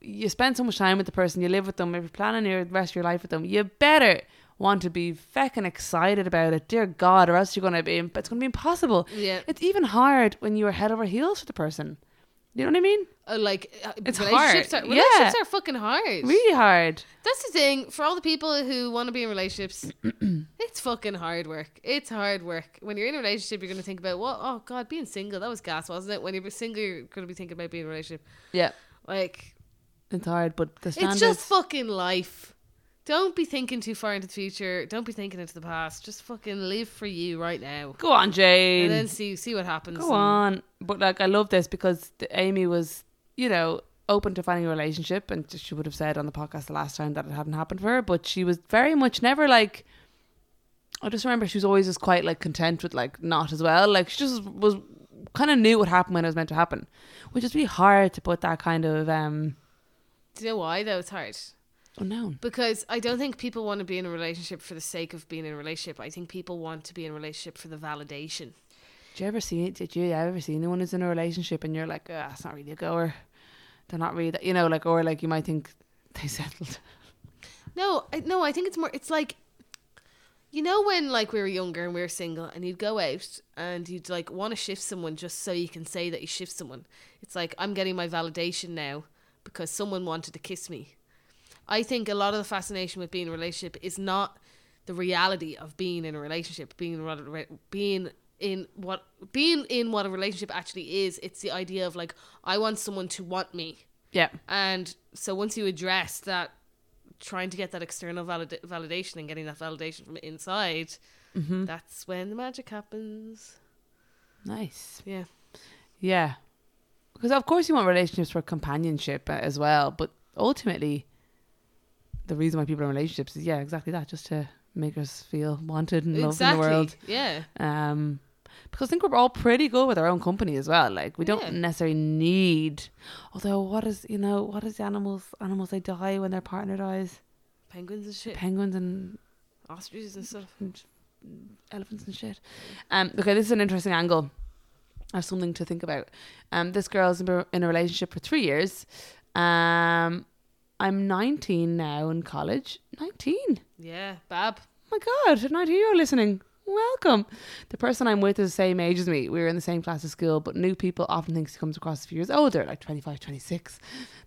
you spend so much time with the person, you live with them, if you're planning your the rest of your life with them, you better want to be feckin' excited about it, dear God, or else you're gonna be it's gonna be impossible. Yeah. It's even hard when you are head over heels for the person. You know what I mean? Uh, like uh, It's relationships hard. Are, Yeah. relationships are fucking hard. Really hard. That's the thing for all the people who want to be in relationships. it's fucking hard work. It's hard work. When you're in a relationship, you're gonna think about what? Oh God, being single that was gas, wasn't it? When you're single, you're gonna be thinking about being in a relationship. Yeah. Like It's hard, but the standards it's just fucking life. Don't be thinking too far into the future. Don't be thinking into the past. Just fucking live for you right now, Go on, Jane. and then see see what happens. Go and- on. But like, I love this because the, Amy was, you know, open to finding a relationship, and she would have said on the podcast the last time that it hadn't happened for her. But she was very much never like. I just remember she was always just quite like content with like not as well. Like she just was kind of knew what happened when it was meant to happen, which is really hard to put that kind of um Do you know why though? It's hard. unknown. Because I don't think people want to be in a relationship for the sake of being in a relationship. I think people want to be in a relationship for the validation. Did you ever see? Did you ever see anyone who's in a relationship and you're like, ah, it's not really a goer. They're not really, that, you know, like or like you might think they settled. No, I, no, I think it's more. It's like, you know, when like we were younger and we were single, and you'd go out and you'd like want to shift someone just so you can say that you shift someone. It's like I'm getting my validation now because someone wanted to kiss me. I think a lot of the fascination with being in a relationship is not the reality of being in a relationship, being in what a re- being in what being in what a relationship actually is. It's the idea of like I want someone to want me. Yeah. And so once you address that, trying to get that external valid- validation and getting that validation from inside, Mm-hmm. Mm. that's when the magic happens. Nice. Yeah. Yeah. Because of course you want relationships for companionship uh, as well, but ultimately the reason why people are in relationships is yeah, exactly that, just to make us feel wanted and loved in the world. Yeah. Um because I think we're all pretty good with our own company as well. Like we don't Yeah. necessarily need although what is you know, what is the animals animals they die when their partner dies? Penguins and shit, Penguins and ostriches and stuff. and elephants and shit. Um, okay, this is an interesting angle. I have something to think about. Um, this girl's been in a relationship for three years. Um, I'm 19 now in college. 19 Yeah. Bab. my god, a 19 year old listening. Welcome. The person I'm with is the same age as me. We were in the same class at school, but new people often thinks he comes across a few years older, like 25, 26.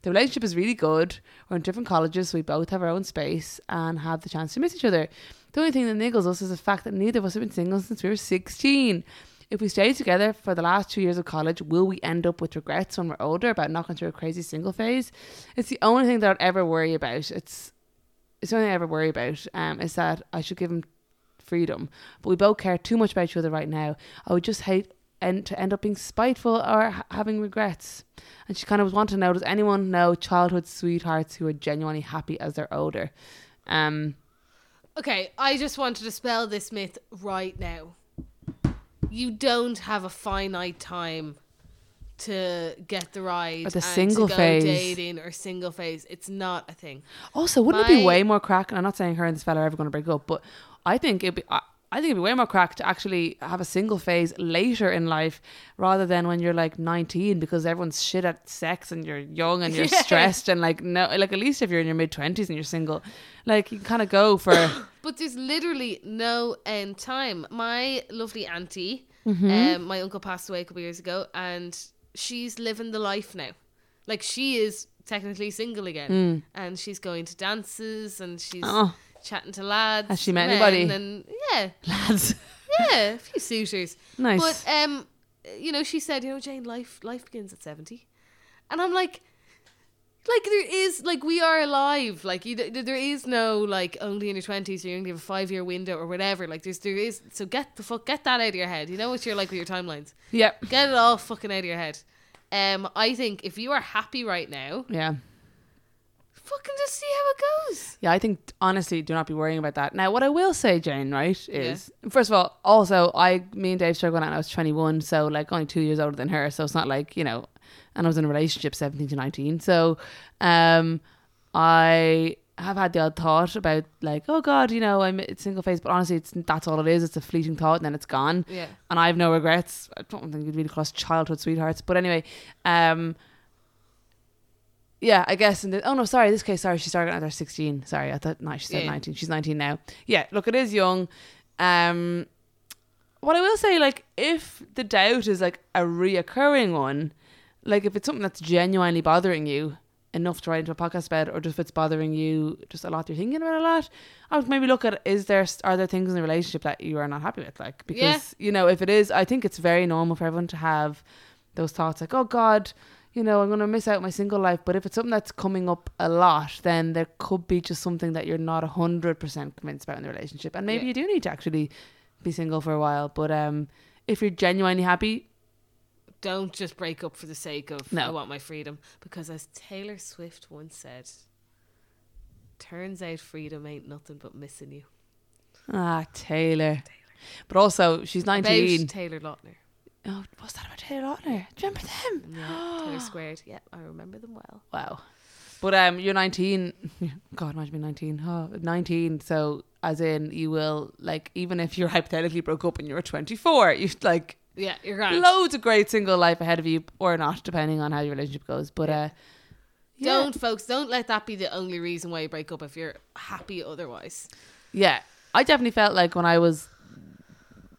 The relationship is really good. We're in different colleges, so we both have our own space and have the chance to miss each other. The only thing that niggles us is the fact that neither of us have been single since we were 16. If we stay together for the last two years of college, will we end up with regrets when we're older about not going through a crazy single phase? It's the only thing that I'd ever worry about. It's it's the only thing I ever worry about. Um, is that I should give him freedom, but we both care too much about each other right now. I would just hate and to end up being spiteful or ha- having regrets. And she kind of wanted to know: Does anyone know childhood sweethearts who are genuinely happy as they're older? Um, Okay, I just want to dispel this myth right now. You don't have a finite time to get the ride Or the and single to go phase. dating or single phase. It's not a thing. Also, wouldn't it be My- way more crack? And I'm not saying her and this fella are ever going to break up, but I think it'd be. I, I think it'd be way more crack to actually have a single phase later in life rather than when you're like 19 because everyone's shit at sex and you're young and you're Yeah. stressed and like no like at least if you're in your mid 20s and you're single like you can kind of go for But there's literally no end time. My lovely auntie, Mm-hmm. um, my uncle passed away a couple of years ago, and she's living the life now. Like she is technically single again, and she's going to dances and she's Mm. Oh. chatting to lads. Has she met men, anybody? And yeah, lads. yeah, a few suitors. Nice. But um, you know, she said, you know, Jane, life life begins at seventy, and I'm like, like there is like we are alive. Like you, d- there is no like only in your twenties or you only have a five year window or whatever. Like there's there is. So get the fuck get that out of your head. You know what you're like with your timelines. Yep. Get it all fucking out of your head. Um, I think if you are happy right now, Yeah. fucking just see how it goes. Yeah, I think honestly, do not be worrying about that. Now, what I will say, Jane, right, is first of all, also I, me and Dave started going out when I was twenty one, so like only two years older than her, so it's not like you know, and I was in a relationship seventeen to nineteen, so um, I have had the odd thought about like, oh God, you know, I'm it's single phase, but honestly, it's that's all it is. It's a fleeting thought, and then it's gone Yeah. and I have no regrets. I don't think you'd really cross childhood sweethearts, but anyway, um, yeah, I guess. In the, oh no, sorry, this case, sorry, she started at her sixteen. Sorry, I thought no, she said Yeah. nineteen. She's nineteen now. Yeah, look, it is young. Um, what I will say, like, if the doubt is like a reoccurring one, like if it's something that's genuinely bothering you enough to write into a podcast about, it, or just if it's bothering you just a lot, you're thinking about it a lot. I would maybe look at is there are there things in the relationship that you are not happy with, like because Yeah. you know if it is, I think it's very normal for everyone to have those thoughts like, oh God, you know, I'm gonna miss out my single life. But if it's something that's coming up a lot, then there could be just something that you're not hundred percent convinced about in the relationship, and maybe Yeah. you do need to actually be single for a while. But um, if you're genuinely happy, Don't just break up for the sake of No. I want my freedom. Because as Taylor Swift once said, turns out freedom ain't nothing but missing you. ah, Taylor. But also, she's nineteen. About Taylor Lautner. oh, what's that about Taylor Lautner? Do you remember them? Yeah, Taylor Squared. Yeah, I remember them well. Wow. But um, you're 19. God, imagine being 19. Oh, 19. So, as in, you will, like, even if you're hypothetically broke up and you're 24, you've, like, Yeah, you're right. loads of great single life ahead of you, or not, depending on how your relationship goes. But, uh, yeah. Don't, folks, don't let that be the only reason why you break up if you're happy otherwise. Yeah. I definitely felt like when I was.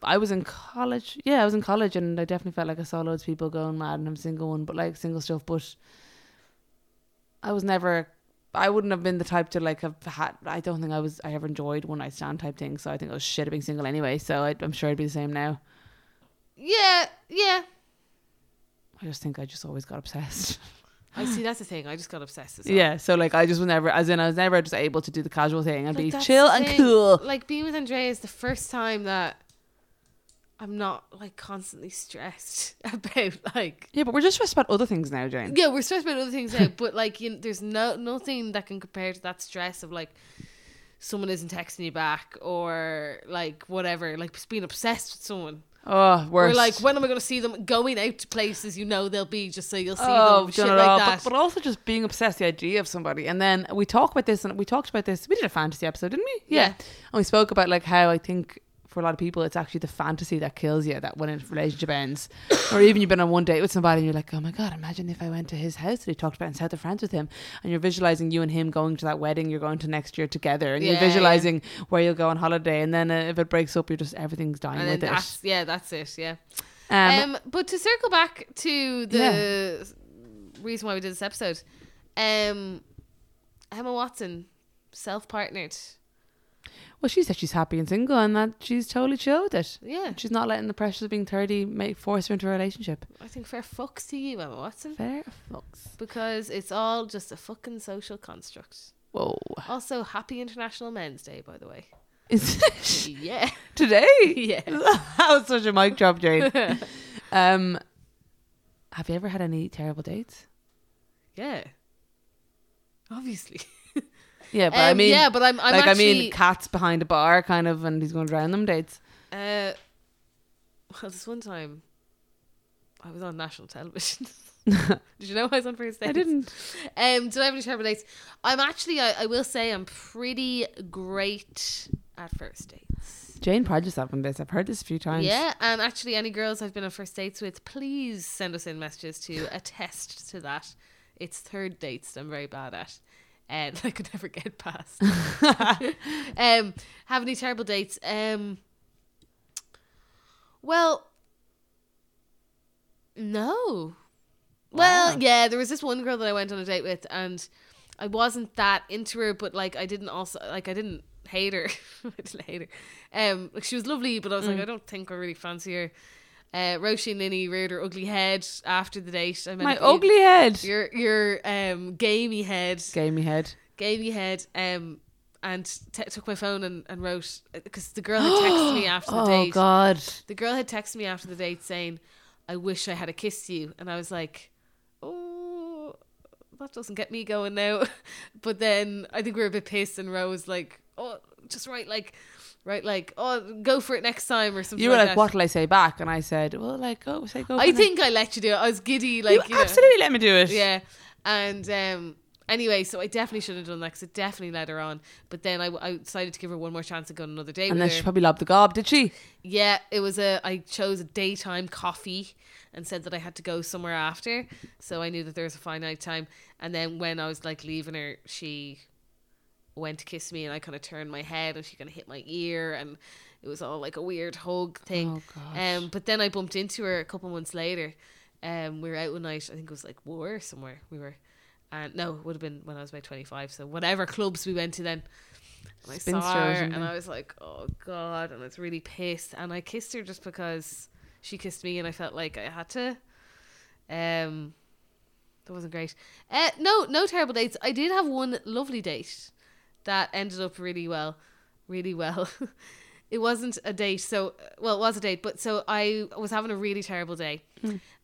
I was in college. Yeah, I was in college, and I definitely felt like I saw loads of people going mad, and I'm single one, but like single stuff. But I was never. I wouldn't have been the type to like have had. I don't think I was. I ever enjoyed one night stand type thing. So I think I was shit at being single anyway. So I, I'm sure it'd be the same now. Yeah, yeah. I just think I just always got obsessed. I see, that's the thing. I just got obsessed as well. Yeah. So like I just was never, as in I was never just able to do the casual thing and Like, be that's chill the and thing. cool. Like, being with Andrea is the first time that I'm not, like, constantly stressed about, like, Yeah, but we're just stressed about other things now, Jane. Yeah, we're stressed about other things now, but like, you know, there's no nothing that can compare to that stress of like someone isn't texting you back or like whatever, like just being obsessed with someone. Oh, worse. Or like, when am I going to see them? Going out to places you know they'll be just so you'll see Oh, them. we've Shit done it like all, that. But, but also just being obsessed with the idea of somebody. And then we talk about this, and we talked about this. We did a fantasy episode, didn't we? Yeah. And we spoke about like how I think for a lot of people, it's actually the fantasy that kills you. That when a relationship ends, or even you've been on one date with somebody, and you're like, oh my god, imagine if I went to his house that he talked about in South of France with him, and you're visualizing you and him going to that wedding you're going to next year together, and Yeah, you're yeah. visualizing where you'll go on holiday, and then uh, if it breaks up, you're just everything's dying and then with it. that's, yeah, that's it. Yeah. Um, Um, but to circle back to the reason why we did this episode, um, Emma Watson self partnered Well, she said she's happy and single and that she's totally chill with it. Yeah, She's not letting the pressures of being 30 make force her into a relationship. I think fair fucks to you, Emma Watson, Fair fucks. because it's all just a fucking social construct. Whoa. Also, happy International Men's Day, by the way. Is Yeah, today? yeah. that was such a mic drop, Jane. Um, have you ever had any terrible dates? Yeah. Obviously. Yeah, but I Um, mean, yeah, but I'm, I'm like actually, I mean, cats behind a bar, kind of, and he's going to drown them dates. Uh, well, this one time, I was on national television. Did you know I was on first dates? I didn't. Um, do I have any terrible dates? I'm actually, I, I will say, I'm pretty great at first dates. Jane prides herself on this. I've heard this a few times. Yeah, and actually, any girls I've been on first dates with, please send us in messages to attest to that. It's third dates that I'm very bad at, and I could never get past. um, have any terrible dates? Um, well, no. Well, Wow. yeah, there was this one girl that I went on a date with, and I wasn't that into her, but like I didn't also like I didn't hate her. I didn't hate her. Um, like she was lovely, but I was like Mm. I don't think I really fancy her. Uh, Roisin Ninny reared her ugly head after the date. I meant My you- ugly head. your your um gamey head Gamey head. gamey head um and t- took my phone and, and wrote because the girl had texted me after the Oh, date God. the girl had texted me after the date saying i wish i had a kiss you and i was like oh that doesn't get me going now but then i think we were a bit pissed and rose like oh just write like write like oh go for it next time or something You were like, that. what'll I say back? And I said, well, like, go, say go. for i it." think i let you do it i was giddy like you, you know. absolutely let me do it. Yeah. And um, anyway, so I definitely should have done that because it definitely led her on. But then I, I decided to give her one more chance and go on another date And then with she her. probably lobbed the gob, did she? yeah, it was a. I chose a daytime coffee and said that I had to go somewhere after. So I knew that there was a finite time. And then when I was like leaving her, she went to kiss me and I kind of turned my head and she kind of hit my ear and it was all like a weird hug thing. Oh, gosh. Um, but then I bumped into her a couple months later. Um, we were out one night. I think it was like War somewhere. We were, and Uh, no, it would have been when I was about twenty five. So whatever clubs we went to then. And I Spinster or saw her and something. I was like, oh god, and I was really pissed. And I kissed her just because she kissed me, and I felt like I had to. Um, that wasn't great. Uh, no, no terrible dates. I did have one lovely date that ended up really well, really well. it wasn't a date, so well, it was a date, but so I was having a really terrible day,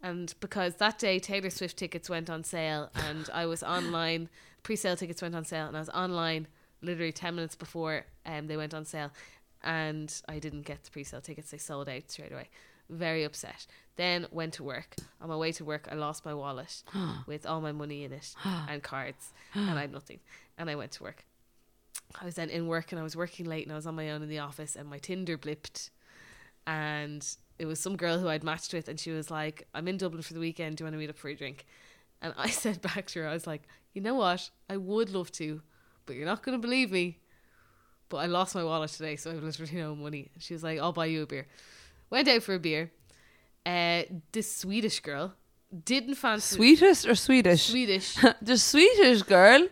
and because that day Taylor Swift tickets went on sale, and I was online, pre-sale tickets went on sale, and I was online literally ten minutes before um they went on sale, and I didn't get the pre-sale tickets. They sold out straight away. Very upset. Then went to work. On my way to work, I lost my wallet with all my money in it and cards, and I had nothing. And I went to work. I was then in work and I was working late and I was on my own in the office and my Tinder blipped and it was some girl who I'd matched with and she was like, I'm in Dublin for the weekend, do you want to meet up for a drink? And I said back to her, I was like, you know what? I would love to, but you're not gonna believe me. But I lost my wallet today, so I have literally no money. And she was like, I'll buy you a beer. Went out for a beer. Uh, this Swedish girl didn't fancy Sweetest or Swedish? Swedish the Swedish girl.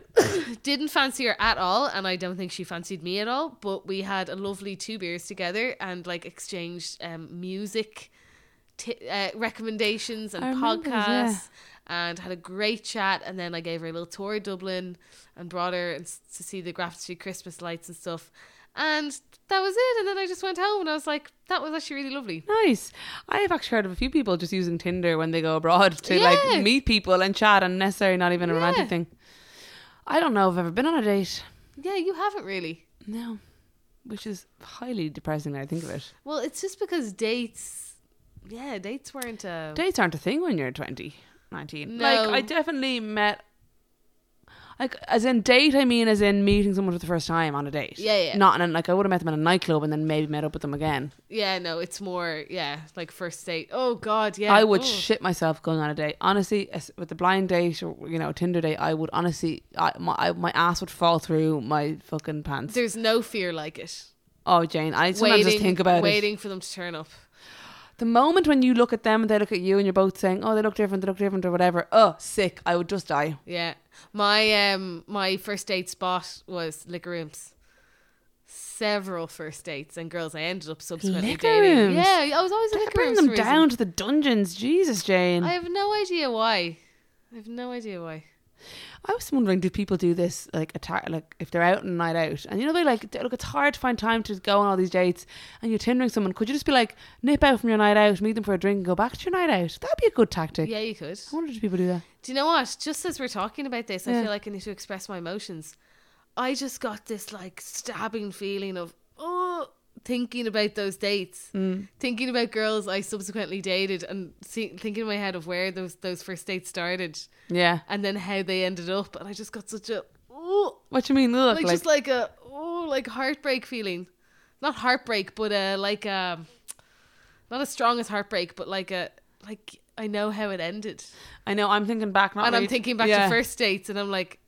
didn't fancy her at all and i don't think she fancied me at all but we had a lovely two beers together and like exchanged um, music t- uh, recommendations and I remember, podcasts yeah. and had a great chat and then i gave her a little tour of dublin and brought her and s- to see the grafton street christmas lights and stuff and that was it and then i just went home and i was like that was actually really lovely Nice. I have actually heard of a few people just using Tinder when they go abroad to Yeah. like meet people and chat and necessarily not even a Yeah. romantic thing. I don't know if I've ever been on a date. yeah you haven't really No. Which is highly depressing when I think of it. well it's just because dates yeah dates weren't um, a Dates aren't a thing when you're 20, 19. No. Like, I definitely met, like, as in date, I mean, as in meeting someone for the first time on a date. Yeah, yeah. Not in, a- like, I would have met them in a nightclub and then maybe met up with them again. Yeah, no, it's more yeah, like first date. Oh God, yeah. I would oh. shit myself going on a date. Honestly, as- with the blind date or, you know, Tinder date, I would honestly, I, my, I, my ass would fall through my fucking pants. There's no fear like it. oh, Jane, I sometimes just think about it. waiting for them to turn up. The moment when you look at them and they look at you and you're both saying, oh, they look different, they look different or whatever, oh, sick, I would just die. Yeah, my um, my first date spot was liquor rooms. several first dates and girls I ended up subsequently Liquor dating. rooms. Yeah, I was always in Don't liquor bring rooms them for a reason. down to the dungeons, Jesus, Jane. I I, have no idea why. I have no idea why. was wondering, do people do this like attack, like if they're out and night out, and you know they like look, it's hard to find time to go on all these dates, and you're tindering someone. Could you just be like nip out from your night out, meet them for a drink, and go back to your night out? That'd be a good tactic. Yeah, you could. I wonder do people do that? Do you know what? Just as we're talking about this, I Yeah. feel like I need to express my emotions. I just got this like stabbing feeling of oh, thinking about those dates, Mm. thinking about girls I subsequently dated, and see, thinking in my head of where those those first dates started, Yeah. and then how they ended up. And I just got such a oh, What you mean? Look, like, like, just like a oh, like heartbreak feeling, not heartbreak, but uh, like um, not as strong as heartbreak, but like a like I know how it ended I know. I'm thinking back, not and I'm really- thinking back yeah. to first dates, and I'm like,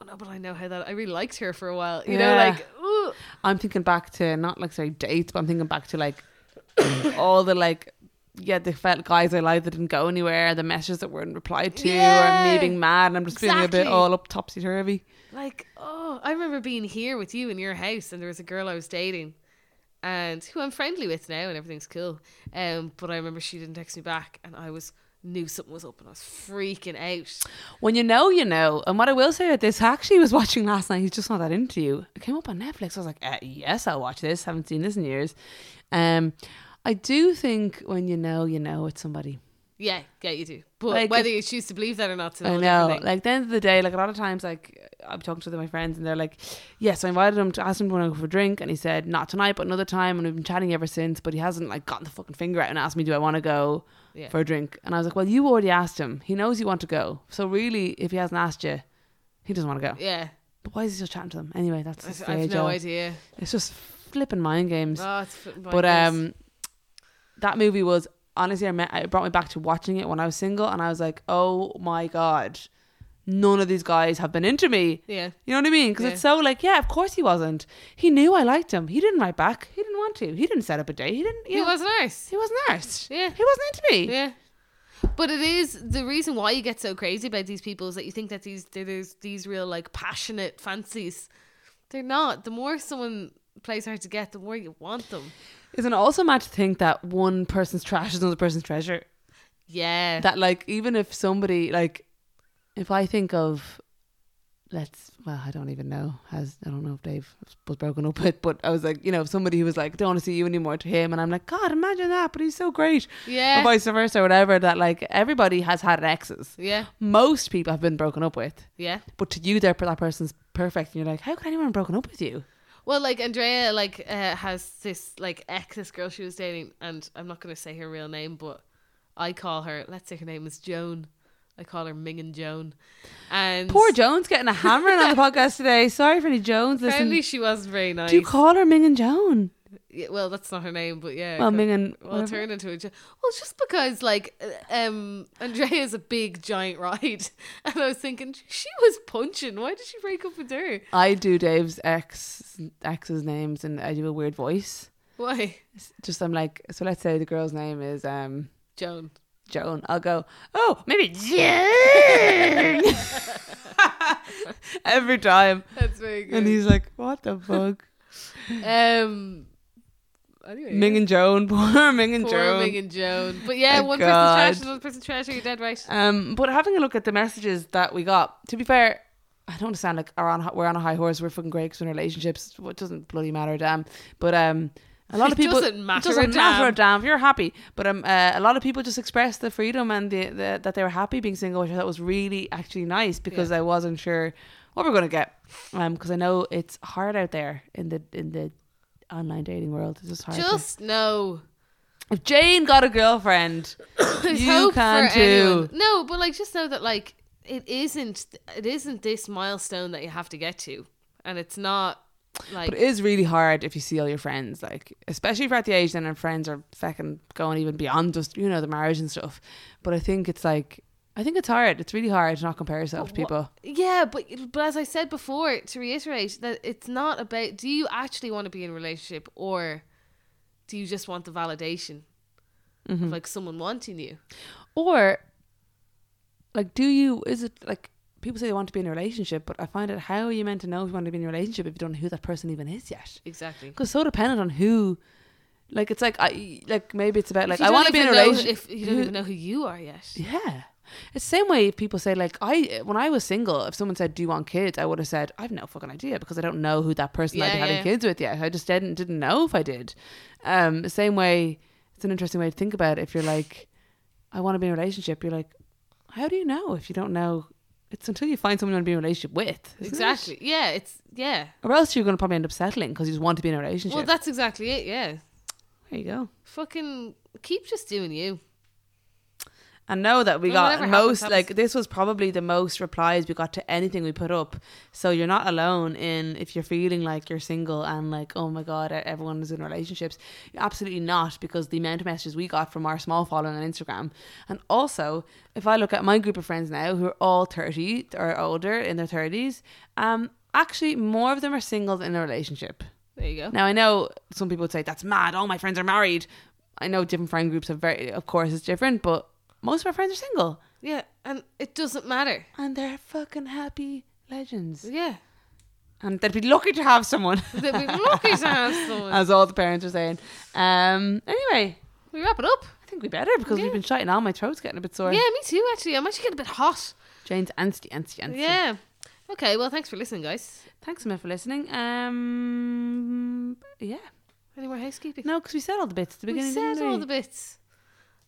oh no, but I know how that. I really liked her for a while, you know, Yeah. like ooh, I'm thinking back to not like sorry dates, but I'm thinking back to like all the like yeah the felt guys I liked that didn't go anywhere, the messages that weren't replied to, or Yeah. me being mad, and I'm just feeling a bit Exactly. all up topsy turvy. like oh, I remember being here with you in your house, and there was a girl I was dating, and who I'm friendly with now, and everything's cool. Um, but I remember she didn't text me back, and I was knew something was up, and I was freaking out. When you know, you know. And what I will say about this, I actually was watching last night. He's just not that into you. It came up on Netflix. I was like, uh, yes, I'll watch this. Haven't seen this in years. Um, I do think when you know, you know it's somebody. Yeah, yeah, you do. But Like, whether you choose to believe that or not, I know. Like at the end of the day, like a lot of times, like I'm talking to my friends and they're like, "Yes, I invited him to ask him to go for a drink," and he said, "Not tonight, but another time." And we've been chatting ever since, but he hasn't like gotten the fucking finger out and asked me, "Do I want to go Yeah. for a drink?" And I was like, "Well, you already asked him. He knows you want to go. So really, if he hasn't asked you, he doesn't want to go. yeah, But why is he still chatting to them anyway? That's I, the I have stage no of- idea. It's just flipping mind games. Oh, it's flipping but bonkers. um, that movie was honestly, I met, it brought me back to watching it when I was single, and I was like, oh my god, none of these guys have been into me. yeah, You know what I mean? Because Yeah. it's so like, yeah, of course he wasn't. He knew I liked him. He didn't write back. He didn't want to. He didn't set up a date. He didn't. he He, was, was nice. he wasn't arsed. Yeah. He wasn't into me. Yeah. But it is the reason why you get so crazy about these people is that you think that these they're- there's these real like passionate fancies. They're not. The more someone plays hard to get, the more you want them. Isn't it also mad to think that one person's trash is another person's treasure? Yeah. that like even if somebody like if I think of let's well I don't even know has I don't know if Dave was broken up with but I was like you know if somebody who was like don't want to see you anymore to him and I'm like God imagine that but he's so great or yeah. vice versa or whatever that like everybody has had exes yeah. most people have been broken up with Yeah. but to you they're that person's perfect and you're like how could anyone have broken up with you Well, like Andrea, like uh, has this like ex, this girl she was dating, and I'm not gonna say her real name, but I call her. Let's say her name is Joan. I call her Ming and Joan. And poor Jones getting a hammering on the podcast today sorry for any Jones Apparently, listen she wasn't very nice. do you call her Ming and Joan Yeah, well, that's not her name, but yeah. well go- Ming and Well, whatever. turn into a. Gi- well, it's just because like uh, um, Andrea's a big giant ride, and I was thinking she was punching. Why did she break up with her? I do Dave's ex ex's names and I do a weird voice. Why, It's just I'm like, so let's say the girl's name is um Joan? Joan. I'll go, oh, maybe Joan every time. That's very good. And he's like, what the fuck? um. Anyway, Ming and Joan, poor Ming and poor Joan. Ming and Joan. But yeah, Oh, one God. person's trash, another person's trash. You're dead right. Um, but having a look at the messages that we got, to be fair, I don't sound like are on we're on a high horse. We're fucking great 'cause we're in relationships. Well, It doesn't bloody matter, a damn. But um, a lot It of people doesn't matter doesn't a damn. matter a damn. If you're happy, but um, uh, a lot of people just expressed the freedom and the, the that they were happy being single, which I thought was really actually nice because I wasn't sure what we're gonna get. Um, because I know it's hard out there in the in the online dating world. It's just hard. to- Just no. if Jane got a girlfriend, There's you hope can for too. anyone. No, but like just know that like it isn't it isn't this milestone that you have to get to, and it's not like But it is really hard if you see all your friends, like especially if you're at the age then and friends are fucking going even beyond just you know the marriage and stuff. But I think it's like I think it's hard. It's really hard to not compare yourself to But people. Yeah, but but as I said before, to reiterate that it's not about do you actually want to be in a relationship or do you just want the validation Mm-hmm. of like someone wanting you? Or like, do you? Is it like people say they want to be in a relationship, but I find it how are you meant to know if you want to be in a relationship if you don't know who that person even is yet? Exactly. Because so dependent on who, like it's like I like maybe it's about If like you I don't want to be in a even know- If relationship. you don't who- even know who you are yet. Yeah. It's the same way people say like I when I was single, if someone said, Do you want kids? I would have said, I've no fucking idea because I don't know who that person I'd Yeah, be having yeah. kids with yet. I just didn't didn't know if I did. Um the same way it's an interesting way to think about it. If you're like, I want to be in a relationship, you're like, How do you know if you don't know it's until you find someone you want to be in a relationship with. isn't it? Exactly. Yeah, it's yeah. Or else you're gonna probably end up settling because you just want to be in a relationship. Well, that's exactly it. Yeah. there you go. Fucking keep just doing you. And know that we Well, got whatever most happens, happens. like this was probably the most replies we got to anything we put up. So you're not alone in if you're feeling like you're single and like oh my god everyone is in relationships. Absolutely not because the amount of messages we got from our small following on Instagram. And also, if I look at my group of friends now who are all 30 or older in their 30s, um actually more of them are single than in a relationship. There you go. Now I know some people would say that's mad. All my friends are married. I know different friend groups have very, of course, it's different, but most of our friends are single Yeah, and it doesn't matter. and they're fucking happy legends, Yeah, and they'd be lucky to have someone, they'd be lucky to have someone. as all the parents are saying. Um. Anyway, we wrap it up. I think we better because Yeah. we've been shouting out. My throat's getting a bit sore. Yeah, me too. Actually, I'm actually getting a bit hot. Jane's antsy, antsy, antsy. Yeah. Okay. Well, thanks for listening, guys. Thanks so much for listening. Um. Yeah. Any more housekeeping? No, because we said all the bits at the we beginning. said didn't all the bits.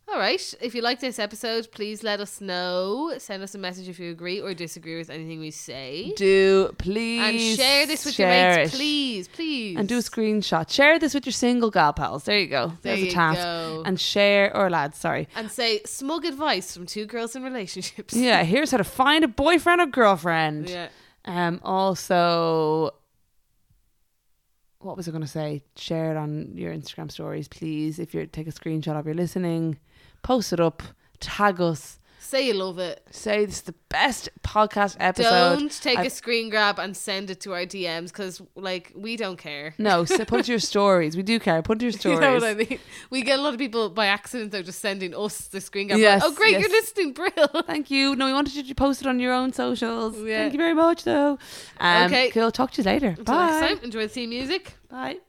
All right. If you like this episode, please let us know. Send us a message if you agree or disagree with anything we say. Do please and share this with share your mates, it. please, please. and do a screenshot. Share this with your single gal pals. There you go. There There's you a task. go. And share or lads, sorry. and say smug advice from two girls in relationships. Yeah, here's how to find a boyfriend or girlfriend. Yeah. Um also what was I gonna say? Share it on your Instagram stories, please. If you take a screenshot of your listening, post it up, tag us, Say you love it. say this is the best podcast episode. don't take a I've- screen grab and send it to our DMs because, like, we don't care. No, so put it to your stories. We do care. Put it to your stories. You know what I mean? We get a lot of people by accident though, just sending us the screen grab. Yes, like, oh, great, yes. you're listening, Brill. Thank you. No, we wanted you to post it on your own socials. Yeah. Thank you very much, though. Um, Okay. Cool. Talk to you later. Until next Bye. time, enjoy the theme music. Bye.